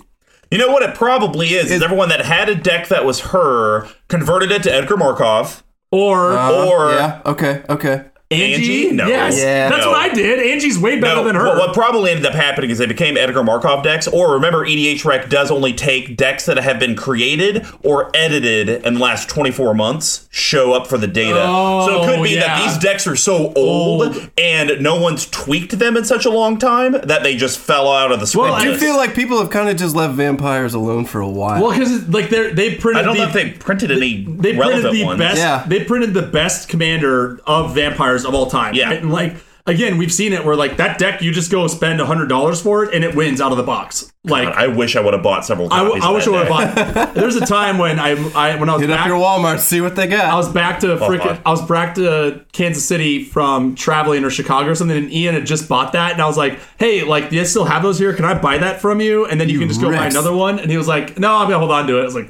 [SPEAKER 1] You know what it probably is? Is everyone that had a deck that was her converted it to Edgar Markov
[SPEAKER 2] Or
[SPEAKER 3] Uh,
[SPEAKER 1] or
[SPEAKER 3] yeah. Okay. Okay.
[SPEAKER 2] Angie?
[SPEAKER 1] Oh, Angie? No.
[SPEAKER 2] Yes.
[SPEAKER 3] Yeah.
[SPEAKER 2] That's
[SPEAKER 1] No.
[SPEAKER 2] what I did. Angie's way better
[SPEAKER 1] No,
[SPEAKER 2] than her.
[SPEAKER 1] What, what probably ended up happening is they became Edgar Markov decks, or remember, EDH Rec does only take decks that have been created or edited in the last 24 months, show up for the data. so it could be that
[SPEAKER 2] Oh, yeah.
[SPEAKER 1] these decks are so old, and no one's tweaked them in such a long time that they just fell out of the swing.
[SPEAKER 2] Well, I
[SPEAKER 3] I
[SPEAKER 1] list.
[SPEAKER 3] feel like people have kind of just left vampires alone for a while.
[SPEAKER 2] Well, because like they they printed
[SPEAKER 1] I don't
[SPEAKER 2] the,
[SPEAKER 1] know if they printed any
[SPEAKER 2] they
[SPEAKER 1] relevant
[SPEAKER 2] printed the
[SPEAKER 1] ones.
[SPEAKER 2] best
[SPEAKER 3] Yeah.
[SPEAKER 2] they printed the best commander of vampires of all time.
[SPEAKER 1] Yeah.
[SPEAKER 2] and like again, we've seen it where like that deck you just go spend hundred dollars for it and it wins out of the box. Like.
[SPEAKER 1] I wish I would have bought several
[SPEAKER 2] I,
[SPEAKER 1] copies.
[SPEAKER 2] w- I
[SPEAKER 1] of
[SPEAKER 2] wish I
[SPEAKER 1] that deck.
[SPEAKER 2] would have bought. There's a time when I, I when I was
[SPEAKER 3] Hit
[SPEAKER 2] back
[SPEAKER 3] up your Walmart, see what they got.
[SPEAKER 2] I was back to
[SPEAKER 1] fine.
[SPEAKER 2] frickin' I was back to Kansas City from traveling or Chicago or something, and Ian had just bought that, and I was like, "Hey, like, do you still have those here? Can I buy that from you? And then you, can just go buy
[SPEAKER 3] Rex.
[SPEAKER 2] another one." And he was like, "No, I'm gonna hold on to it." I was like,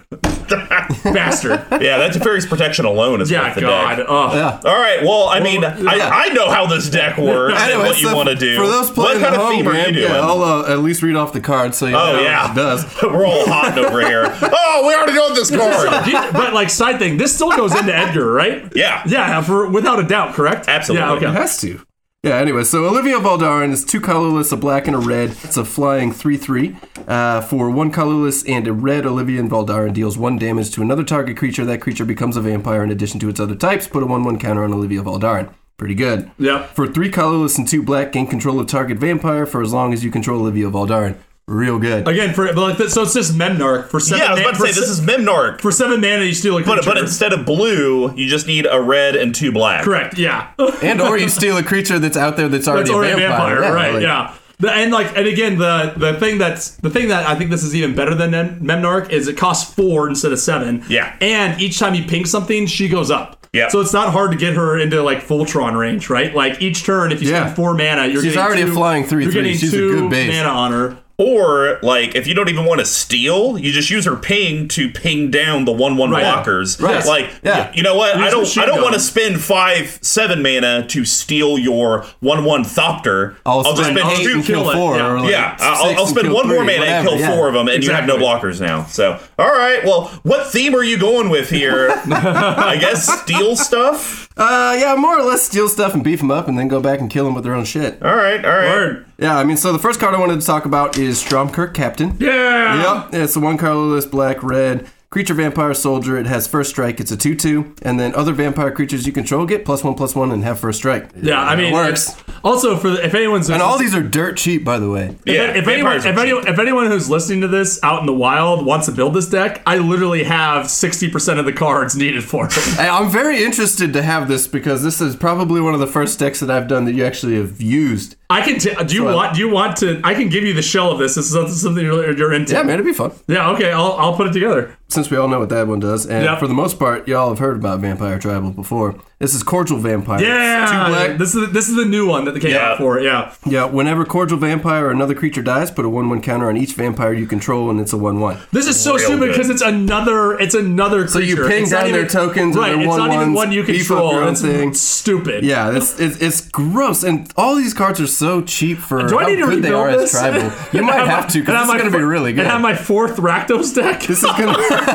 [SPEAKER 2] *laughs* "Bastard!"
[SPEAKER 1] Yeah, *laughs* that's Teferi's protection alone is
[SPEAKER 2] yeah,
[SPEAKER 1] worth the
[SPEAKER 2] God.
[SPEAKER 1] deck.
[SPEAKER 2] Ugh.
[SPEAKER 3] yeah.
[SPEAKER 1] All right. Well, I mean,
[SPEAKER 3] yeah.
[SPEAKER 1] I, I know how this
[SPEAKER 3] *laughs*
[SPEAKER 1] deck works and
[SPEAKER 3] Anyway,
[SPEAKER 1] what you
[SPEAKER 3] so
[SPEAKER 1] want to do.
[SPEAKER 3] For those playing
[SPEAKER 1] what kind
[SPEAKER 3] at
[SPEAKER 1] of
[SPEAKER 3] home,
[SPEAKER 1] theme are you
[SPEAKER 3] Graham,
[SPEAKER 1] doing?
[SPEAKER 3] yeah, I'll uh, at least read off the card so you
[SPEAKER 1] Oh,
[SPEAKER 3] know
[SPEAKER 1] yeah.
[SPEAKER 3] what it does.
[SPEAKER 1] *laughs* We're all hot over
[SPEAKER 3] *laughs*
[SPEAKER 1] here. Oh, we already know this
[SPEAKER 2] So,
[SPEAKER 1] card.
[SPEAKER 2] do you- but like side thing, this still goes into Edgar, right?
[SPEAKER 1] Yeah.
[SPEAKER 2] Yeah, for without a doubt, correct?
[SPEAKER 1] Absolutely.
[SPEAKER 2] Yeah,
[SPEAKER 3] It
[SPEAKER 2] okay.
[SPEAKER 3] has to. Yeah, anyway, so Olivia Valdarin is two colorless, a black and a red. It's a flying 3 3. Uh, for one colorless and a red, Olivia and Valdarin deals one damage to another target creature. That creature becomes a vampire in addition to its other types. Put a 1 1 counter on Olivia Valdarin. Pretty good.
[SPEAKER 2] Yep.
[SPEAKER 3] For three colorless and two black, gain control of target vampire for as long as you control Olivia Valdarin. Real good.
[SPEAKER 2] Again, for but like, this- so it's just Memnarch for seven.
[SPEAKER 1] Yeah, I was
[SPEAKER 2] man-
[SPEAKER 1] about to say
[SPEAKER 2] for,
[SPEAKER 1] this
[SPEAKER 2] se-
[SPEAKER 1] is Memnarch,
[SPEAKER 2] for seven mana. You steal a creature.
[SPEAKER 1] but but instead of blue, you just need a red and two black.
[SPEAKER 2] correct. Yeah.
[SPEAKER 3] *laughs* And or you steal a creature that's out there that's already,
[SPEAKER 2] That's already a vampire, right?
[SPEAKER 3] like-
[SPEAKER 2] yeah. The, and like, and again, the the thing that's the thing that I think this is even better than Mem- Memnarch is it costs four instead of seven.
[SPEAKER 1] Yeah.
[SPEAKER 2] And each time you ping something, she goes up.
[SPEAKER 1] Yeah.
[SPEAKER 2] So it's not hard to get her into like Voltron range, right? Like each turn, if you
[SPEAKER 3] Yeah.
[SPEAKER 2] spend four mana, you're
[SPEAKER 3] She's
[SPEAKER 2] getting
[SPEAKER 3] already a
[SPEAKER 2] two,
[SPEAKER 3] flying three
[SPEAKER 2] You're
[SPEAKER 3] three.
[SPEAKER 2] getting
[SPEAKER 3] She's a
[SPEAKER 2] two
[SPEAKER 3] good base.
[SPEAKER 2] mana on her.
[SPEAKER 1] Or like if you don't even want to steal, you just use her ping to ping down the one one
[SPEAKER 2] Right.
[SPEAKER 1] blockers.
[SPEAKER 3] Right.
[SPEAKER 1] Like
[SPEAKER 3] Yeah.
[SPEAKER 1] y- you know what?
[SPEAKER 2] Use
[SPEAKER 1] I don't
[SPEAKER 2] machine
[SPEAKER 1] I don't
[SPEAKER 2] gun.
[SPEAKER 1] want to spend five seven mana to steal your one one thopter.
[SPEAKER 3] I'll,
[SPEAKER 1] I'll just
[SPEAKER 3] spend
[SPEAKER 1] spend
[SPEAKER 3] eight
[SPEAKER 1] two
[SPEAKER 3] and kill
[SPEAKER 2] kill it.
[SPEAKER 3] four.
[SPEAKER 2] Yeah.
[SPEAKER 3] or like
[SPEAKER 1] yeah, I'll,
[SPEAKER 3] six
[SPEAKER 1] I'll
[SPEAKER 3] and
[SPEAKER 1] spend
[SPEAKER 3] kill
[SPEAKER 1] one more
[SPEAKER 3] three,
[SPEAKER 1] mana and
[SPEAKER 3] whatever,
[SPEAKER 1] kill
[SPEAKER 3] yeah.
[SPEAKER 1] four of them, and you have no blockers now. So, all right, well, what theme are you going with here?
[SPEAKER 2] *laughs*
[SPEAKER 1] I guess steal stuff.
[SPEAKER 3] Uh, yeah, more or less steal stuff and beef them up, and then go back and kill them with their own shit.
[SPEAKER 1] All right, all right.
[SPEAKER 3] Yeah, I mean, so the first card I wanted to talk about is Stromkirk Captain.
[SPEAKER 2] Yeah.
[SPEAKER 3] Yep, it's a one colorless black red creature vampire soldier. It has first strike. It's a two two, and then other vampire creatures you control get plus one plus one and have first strike.
[SPEAKER 2] Yeah, I mean,
[SPEAKER 3] works.
[SPEAKER 2] it's- Also, for the, if anyone's
[SPEAKER 3] And all these are dirt cheap, by the way.
[SPEAKER 2] If,
[SPEAKER 1] Yeah,
[SPEAKER 2] if anyone,
[SPEAKER 1] vampires are
[SPEAKER 2] if, any, if anyone who's listening to this out in the wild wants to build this deck, I literally have sixty percent of the cards needed for it.
[SPEAKER 3] Hey, I'm very interested to have this because this is probably one of the first decks that I've done that you actually have used.
[SPEAKER 2] I can. T- do you want? Do you want to? I can give you the shell of this. This is something you're, you're into.
[SPEAKER 3] Yeah, man, it'd be fun.
[SPEAKER 2] Yeah, Okay. I'll, I'll put it together.
[SPEAKER 3] Since we all know what that one does, and
[SPEAKER 2] Yep.
[SPEAKER 3] for the most part, y'all have heard about Vampire Tribal before. This is Cordial Vampire. It's
[SPEAKER 2] Yeah.
[SPEAKER 3] two black.
[SPEAKER 2] This is this is the new one that came
[SPEAKER 1] Yeah.
[SPEAKER 2] out for. it, Yeah.
[SPEAKER 3] Yeah, whenever Cordial Vampire or another creature dies, put a one-one counter on each vampire you control, and it's a one-one.
[SPEAKER 2] This is so
[SPEAKER 1] Real
[SPEAKER 2] stupid
[SPEAKER 1] good.
[SPEAKER 2] because it's another it's another creature. So
[SPEAKER 3] you ping down their tokens or
[SPEAKER 2] right?
[SPEAKER 3] their
[SPEAKER 2] it's not even
[SPEAKER 3] one-ones,
[SPEAKER 2] one you
[SPEAKER 3] beef up
[SPEAKER 2] control.
[SPEAKER 3] your own
[SPEAKER 2] it's
[SPEAKER 3] thing.
[SPEAKER 2] stupid.
[SPEAKER 3] Yeah, it's, it's it's gross, and all these cards are so cheap for
[SPEAKER 2] Do
[SPEAKER 3] how
[SPEAKER 2] I need to
[SPEAKER 3] good
[SPEAKER 2] rebuild
[SPEAKER 3] they are
[SPEAKER 2] this? *laughs*
[SPEAKER 3] as tribal. You
[SPEAKER 2] And
[SPEAKER 3] might
[SPEAKER 2] my-
[SPEAKER 3] have to
[SPEAKER 2] and
[SPEAKER 3] because
[SPEAKER 2] have
[SPEAKER 3] it's
[SPEAKER 2] my
[SPEAKER 3] going to be
[SPEAKER 2] fir-
[SPEAKER 3] really good.
[SPEAKER 2] And have my fourth Rakdos deck.
[SPEAKER 3] this is going
[SPEAKER 2] *laughs*
[SPEAKER 3] to *laughs*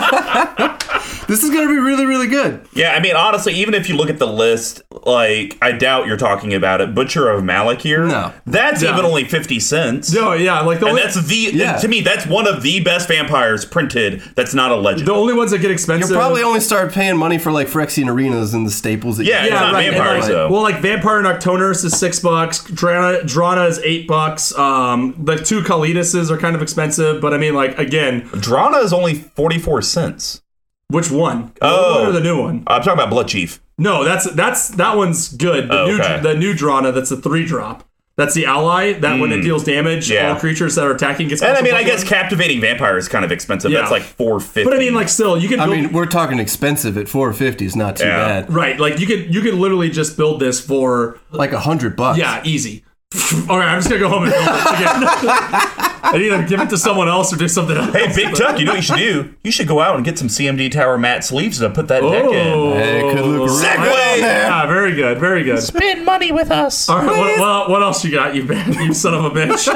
[SPEAKER 3] this is going to be really really good.
[SPEAKER 1] Yeah, I mean, honestly, even if you look at the list, like, I doubt you're talking about it. Butcher of Malakir.
[SPEAKER 3] No.
[SPEAKER 1] That's
[SPEAKER 2] Yeah.
[SPEAKER 1] even only 50 cents.
[SPEAKER 2] No, yeah, like the
[SPEAKER 1] And
[SPEAKER 2] only,
[SPEAKER 1] that's the,
[SPEAKER 3] Yeah.
[SPEAKER 1] to me, that's one of the best vampires printed that's not a legend.
[SPEAKER 2] the only ones that get expensive.
[SPEAKER 3] You'll probably only start paying money for like Phyrexian arenas and the staples. That
[SPEAKER 1] Yeah,
[SPEAKER 3] you
[SPEAKER 1] it's not
[SPEAKER 2] and
[SPEAKER 1] vampires,
[SPEAKER 2] like-
[SPEAKER 1] though.
[SPEAKER 2] Well, like Vampire Nocturnus is six bucks. Drana, Drana is eight bucks. Um, the two Kalidas's are kind of expensive, but I mean, like again,
[SPEAKER 1] Drana is only 44 cents.
[SPEAKER 2] which one? The
[SPEAKER 1] Oh.
[SPEAKER 2] old one or the new one?
[SPEAKER 1] I'm talking about Blood Chief.
[SPEAKER 2] No, that's that's that one's good. The
[SPEAKER 1] Oh,
[SPEAKER 2] new
[SPEAKER 1] okay.
[SPEAKER 2] the new Drana that's a three drop. That's the ally that when it deals damage,
[SPEAKER 1] Hmm. yeah.
[SPEAKER 2] all creatures that are attacking gets.
[SPEAKER 1] And I mean, I
[SPEAKER 2] plus
[SPEAKER 1] guess
[SPEAKER 2] one.
[SPEAKER 1] captivating vampire is kind of expensive.
[SPEAKER 2] Yeah.
[SPEAKER 1] That's like 450.
[SPEAKER 2] But I mean, like still, you can.
[SPEAKER 3] I
[SPEAKER 2] build-
[SPEAKER 3] mean, we're talking expensive at 450 is not too
[SPEAKER 1] Yeah.
[SPEAKER 3] bad.
[SPEAKER 2] right? Like you could you could literally just build this for
[SPEAKER 3] Like a hundred bucks.
[SPEAKER 2] Yeah, easy. *laughs* All right, I'm just gonna go home and build this again.
[SPEAKER 1] *laughs*
[SPEAKER 2] *laughs* I either give it to someone else or do something else.
[SPEAKER 1] Hey, Big Tuck, you know what you should do? You should go out and get some CMD Tower mat sleeves and put that deck
[SPEAKER 2] Oh.
[SPEAKER 1] in.
[SPEAKER 3] Hey, it could look real
[SPEAKER 1] Segway!
[SPEAKER 2] Yeah, Ah, very good, very good.
[SPEAKER 1] Spend money with us.
[SPEAKER 2] All right, what, well, what else you got, you *laughs* man? You son of a bitch.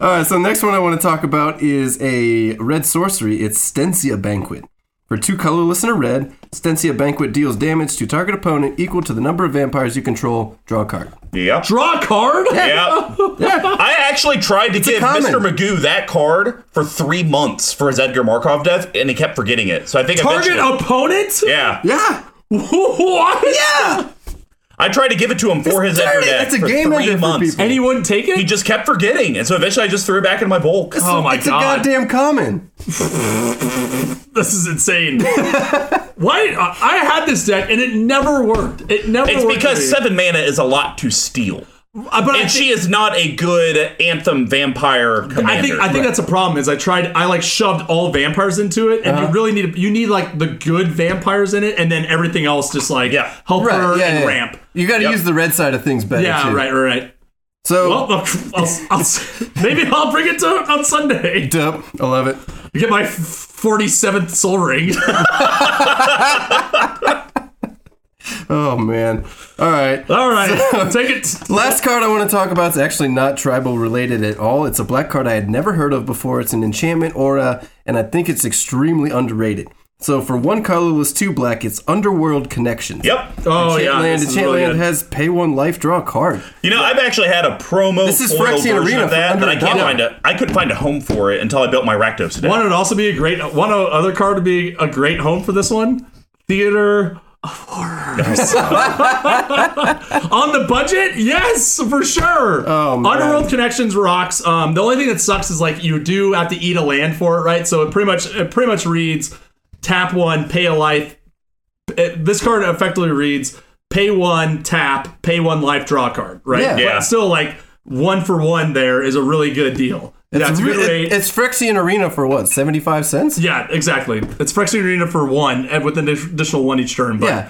[SPEAKER 3] All right, so the next one I want to talk about is a red sorcery. It's Stencia Banquet. For two colorless and a red, Stencia Banquet deals damage to target opponent equal to the number of vampires you control. Draw a card.
[SPEAKER 1] Yep.
[SPEAKER 2] Draw a card. *laughs*
[SPEAKER 1] Yep.
[SPEAKER 3] Yeah.
[SPEAKER 1] I actually tried to give
[SPEAKER 3] common.
[SPEAKER 1] Mr. Magoo that card for three months for his Edgar Markov death, and he kept forgetting it. So I think
[SPEAKER 2] Target
[SPEAKER 1] eventually,
[SPEAKER 2] opponent. *laughs*
[SPEAKER 1] yeah,
[SPEAKER 3] Yeah.
[SPEAKER 2] what?
[SPEAKER 3] Yeah.
[SPEAKER 1] I tried to give it to him for his Edgar
[SPEAKER 3] dirty.
[SPEAKER 1] death
[SPEAKER 3] It's a
[SPEAKER 1] for
[SPEAKER 3] game
[SPEAKER 1] three
[SPEAKER 3] ender for
[SPEAKER 1] months.
[SPEAKER 3] people.
[SPEAKER 2] And he wouldn't take it.
[SPEAKER 1] he just kept forgetting, and so eventually I just threw it back into my bowl.
[SPEAKER 2] oh my
[SPEAKER 3] it's
[SPEAKER 2] god,
[SPEAKER 3] a goddamn common.
[SPEAKER 2] this is
[SPEAKER 1] *laughs*
[SPEAKER 2] insane. Why? uh, I I had this deck and it never worked. It never.
[SPEAKER 1] It's
[SPEAKER 2] worked
[SPEAKER 1] because
[SPEAKER 2] for me.
[SPEAKER 1] seven mana is a lot to steal,
[SPEAKER 2] Uh, but I
[SPEAKER 1] and
[SPEAKER 2] think-
[SPEAKER 1] she is not a good anthem vampire commander.
[SPEAKER 2] I think I think that's a problem. Is I tried I like shoved all vampires into it, and
[SPEAKER 3] Uh-huh.
[SPEAKER 2] you really need you need like the good vampires in it, and then everything else just like
[SPEAKER 1] Yeah.
[SPEAKER 2] helper
[SPEAKER 3] Right. Yeah.
[SPEAKER 2] and
[SPEAKER 3] yeah.
[SPEAKER 2] ramp.
[SPEAKER 3] You got to
[SPEAKER 1] Yep.
[SPEAKER 3] use the red side of things better.
[SPEAKER 2] Yeah,
[SPEAKER 3] too.
[SPEAKER 2] right, right, right.
[SPEAKER 3] So. *laughs*
[SPEAKER 2] Well, I'll, I'll, I'll- maybe I'll bring it to on Sunday.
[SPEAKER 3] Dope. I love it.
[SPEAKER 2] Get my forty seventh soul ring. *laughs*
[SPEAKER 3] Oh man. All right.
[SPEAKER 2] all right,
[SPEAKER 3] *laughs*
[SPEAKER 2] take it.
[SPEAKER 3] Last card I want to talk about is actually not tribal related at all. It's a black card I had never heard of before. It's an enchantment aura, and I think it's extremely underrated. So for one colorless, two black, it's Underworld Connections.
[SPEAKER 1] Yep.
[SPEAKER 2] Oh yeah,
[SPEAKER 3] Enchantland,
[SPEAKER 2] this is really
[SPEAKER 3] Enchantland
[SPEAKER 2] good.
[SPEAKER 3] has pay one life, draw a card.
[SPEAKER 1] You know, I've actually had a promo
[SPEAKER 3] This is
[SPEAKER 1] foil
[SPEAKER 3] Phyrexian
[SPEAKER 1] version
[SPEAKER 3] Arena
[SPEAKER 1] of
[SPEAKER 3] for
[SPEAKER 1] that
[SPEAKER 3] under
[SPEAKER 1] that I
[SPEAKER 3] a
[SPEAKER 1] can't
[SPEAKER 3] dollar.
[SPEAKER 1] find a. I couldn't find a home for it until I built my Rakdos today.
[SPEAKER 2] One would also be a great one o- other card would be a great home for this one. Theater of horrors. On the budget? Yes, for sure.
[SPEAKER 3] Oh, man.
[SPEAKER 2] Underworld Connections rocks. Um, the only thing that sucks is like you do have to eat a land for it, right? So it pretty much it pretty much reads tap one, pay a life. It- this card effectively reads pay one, tap, pay one life, draw a card, right?
[SPEAKER 3] Yeah.
[SPEAKER 1] Yeah.
[SPEAKER 2] But still like one for one there is a really good deal. Yeah, it's a good
[SPEAKER 3] re-
[SPEAKER 2] rate.
[SPEAKER 3] it- it's Phyrexian Arena for what, 75 cents?
[SPEAKER 2] eh, Yeah, exactly. It's Phyrexian Arena for one, and with an additional one each turn. But
[SPEAKER 3] Yeah.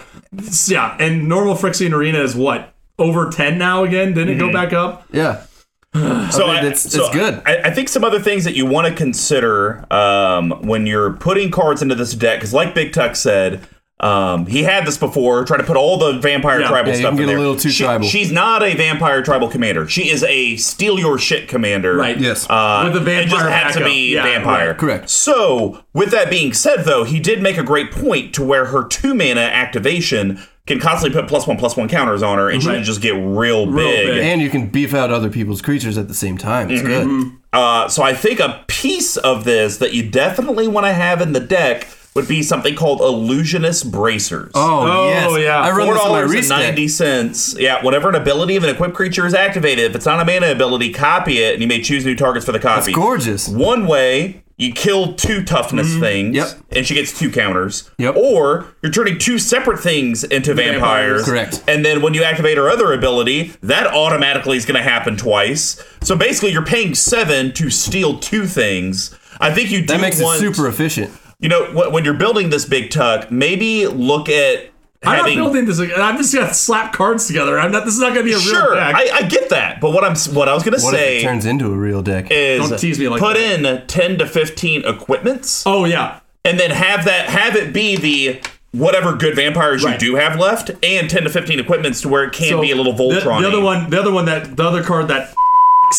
[SPEAKER 2] s- yeah, and normal Frixian Arena is what over ten now again. Didn't it go back up?
[SPEAKER 3] Yeah.
[SPEAKER 2] *sighs*
[SPEAKER 1] So
[SPEAKER 3] mean, it's- it's good.
[SPEAKER 1] I, I think some other things that you want to consider um, when you're putting cards into this deck, because like Big Tuck said, um, he had this before. Try to put all the vampire
[SPEAKER 2] Yeah.
[SPEAKER 1] tribal
[SPEAKER 2] Yeah,
[SPEAKER 3] you
[SPEAKER 1] stuff
[SPEAKER 3] can
[SPEAKER 1] in
[SPEAKER 3] get a
[SPEAKER 1] there.
[SPEAKER 3] little too
[SPEAKER 1] She-
[SPEAKER 3] tribal.
[SPEAKER 1] She's not a vampire tribal commander. She is a steal your shit commander.
[SPEAKER 2] Right.
[SPEAKER 3] Yes.
[SPEAKER 1] Uh,
[SPEAKER 2] With the
[SPEAKER 1] it just
[SPEAKER 2] vampire
[SPEAKER 1] had to
[SPEAKER 2] backup.
[SPEAKER 1] be
[SPEAKER 2] Yeah,
[SPEAKER 1] vampire.
[SPEAKER 2] right,
[SPEAKER 3] correct.
[SPEAKER 1] So, with that being said, though, he did make a great point to where her two mana activation can constantly put plus one plus one counters on her, and she
[SPEAKER 2] Right.
[SPEAKER 1] can just get real
[SPEAKER 2] big.
[SPEAKER 1] big.
[SPEAKER 3] and you can beef out other people's creatures at the same time. It's
[SPEAKER 2] Mm-hmm.
[SPEAKER 3] good.
[SPEAKER 1] Uh, so I think a piece of this that you definitely want to have in the deck would be something called illusionist bracers.
[SPEAKER 3] Oh,
[SPEAKER 2] Oh,
[SPEAKER 3] yes.
[SPEAKER 2] yeah.
[SPEAKER 3] I run
[SPEAKER 1] Four
[SPEAKER 3] this on my
[SPEAKER 1] dollars and
[SPEAKER 3] Reese deck.
[SPEAKER 1] ninety cents. Yeah, whenever an ability of an equipped creature is activated, if it's not a mana ability, copy it, and you may choose new targets for the copy.
[SPEAKER 3] It's gorgeous. Mm-hmm.
[SPEAKER 1] One way you kill two toughness things,
[SPEAKER 3] Yep.
[SPEAKER 1] and she gets two counters.
[SPEAKER 3] Yep.
[SPEAKER 1] Or you're turning two separate things into vampires.
[SPEAKER 2] Vampires.
[SPEAKER 3] Correct.
[SPEAKER 1] And then when you activate her other ability, that automatically is going to happen twice. So basically, you're paying seven to steal two things. I think you do
[SPEAKER 3] That makes it
[SPEAKER 1] want,
[SPEAKER 3] super efficient.
[SPEAKER 1] You know, wh- when you're building this big tuck, maybe look at
[SPEAKER 2] I'm
[SPEAKER 1] having.
[SPEAKER 2] not building this. I'm just gonna slap cards together. I'm not. This is not gonna be a real
[SPEAKER 1] sure,
[SPEAKER 2] deck.
[SPEAKER 1] I, I get that, but what I'm s- what I was going to
[SPEAKER 3] What
[SPEAKER 1] say
[SPEAKER 3] if it turns into a real deck?
[SPEAKER 1] is
[SPEAKER 2] Don't tease me like
[SPEAKER 1] put
[SPEAKER 2] that.
[SPEAKER 1] in ten to fifteen equipments.
[SPEAKER 2] oh yeah,
[SPEAKER 1] and then have that have it be the whatever good vampires you
[SPEAKER 2] Right.
[SPEAKER 1] do have left and 10 to 15 equipments to where it can
[SPEAKER 2] So,
[SPEAKER 1] be a little
[SPEAKER 2] the-
[SPEAKER 1] voltron
[SPEAKER 2] The, other one, the other one that the other card that *laughs*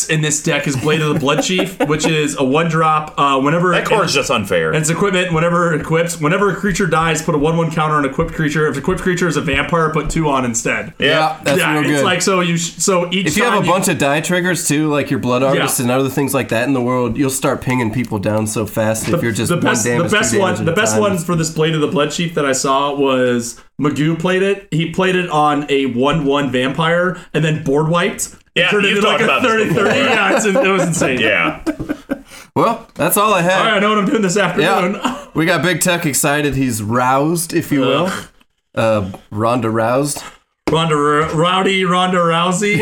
[SPEAKER 2] in this deck is Blade of the Blood Chief, which is a one drop. Uh, whenever
[SPEAKER 1] that card's just unfair
[SPEAKER 2] and it's equipment. Whenever it equips, whenever a creature dies, put a one one counter on equipped creature. If equipped creature is a vampire, put two on instead.
[SPEAKER 1] yeah,
[SPEAKER 3] that's
[SPEAKER 2] yeah,
[SPEAKER 3] real
[SPEAKER 2] it's
[SPEAKER 3] good.
[SPEAKER 2] like so you sh- so each
[SPEAKER 3] if you
[SPEAKER 2] time
[SPEAKER 3] have a bunch of die triggers too, like your blood harvest
[SPEAKER 2] Yeah.
[SPEAKER 3] and other things like that in the world, you'll start pinging people down so fast if you're just
[SPEAKER 2] the
[SPEAKER 3] one
[SPEAKER 2] best,
[SPEAKER 3] damage,
[SPEAKER 2] the best
[SPEAKER 3] two damage
[SPEAKER 2] one,
[SPEAKER 3] at
[SPEAKER 2] the
[SPEAKER 3] a
[SPEAKER 2] best
[SPEAKER 3] time.
[SPEAKER 2] one for this Blade of the Blood Chief that I saw was Magoo played it. He played it on a one-one vampire and then board wiped.
[SPEAKER 1] Yeah,
[SPEAKER 2] It turned
[SPEAKER 1] you've
[SPEAKER 2] into like
[SPEAKER 1] talked
[SPEAKER 2] a
[SPEAKER 1] about this
[SPEAKER 2] 30
[SPEAKER 1] before.
[SPEAKER 2] Yeah, it's, it was insane.
[SPEAKER 1] yeah
[SPEAKER 3] Well, that's all I
[SPEAKER 2] All right, I
[SPEAKER 3] had.
[SPEAKER 2] know what I'm doing this afternoon.
[SPEAKER 3] Yeah, we got Big Tech excited. He's roused, if you will. Uh, Ronda roused.
[SPEAKER 2] *laughs* Ronda R- Rowdy, Ronda Rousey.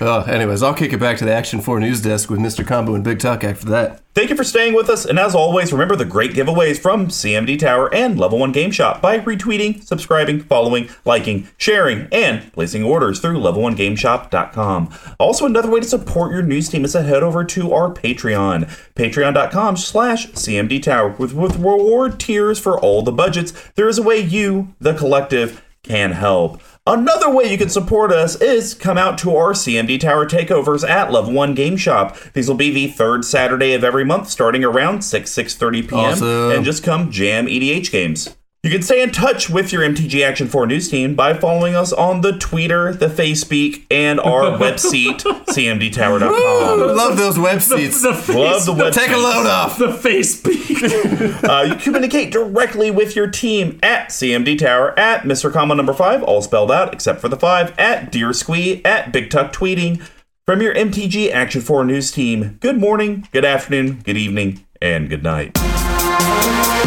[SPEAKER 3] Uh, anyways, I'll kick it back to the Action 4 news desk with Mr. Combo and Big Tuck after that.
[SPEAKER 1] thank you for staying with us and as always remember the great giveaways from cmd tower and level 1 game shop by retweeting subscribing following liking sharing and placing orders through level1gameshop.com also another way to support your news team is to head over to our patreon patreon.com slash cmd tower with, with reward tiers for all the budgets there is a way you the collective can help. Another way you can support us is come out to our CMD Tower takeovers at Level One Game Shop. These will be the third Saturday of every month, starting around six six thirty p.m.
[SPEAKER 3] Awesome.
[SPEAKER 1] And just come jam EDH games. You can stay in touch with your MTG Action 4 news team by following us on the Twitter, the Facebook, and
[SPEAKER 3] *laughs*
[SPEAKER 1] our web seat, cmdtower.com.
[SPEAKER 3] Love those web seats.
[SPEAKER 2] *laughs* the face,
[SPEAKER 1] Love the web
[SPEAKER 3] Take a load off.
[SPEAKER 2] the face peak.
[SPEAKER 1] Uh, you communicate directly with your team at CMD Tower, at Mr. Comma number five, all spelled out except for the five, at Dear Squee, at Big Tuck Tweeting. From your MTG Action 4 News team, good morning, good afternoon, good evening, and good night.
[SPEAKER 4] Thank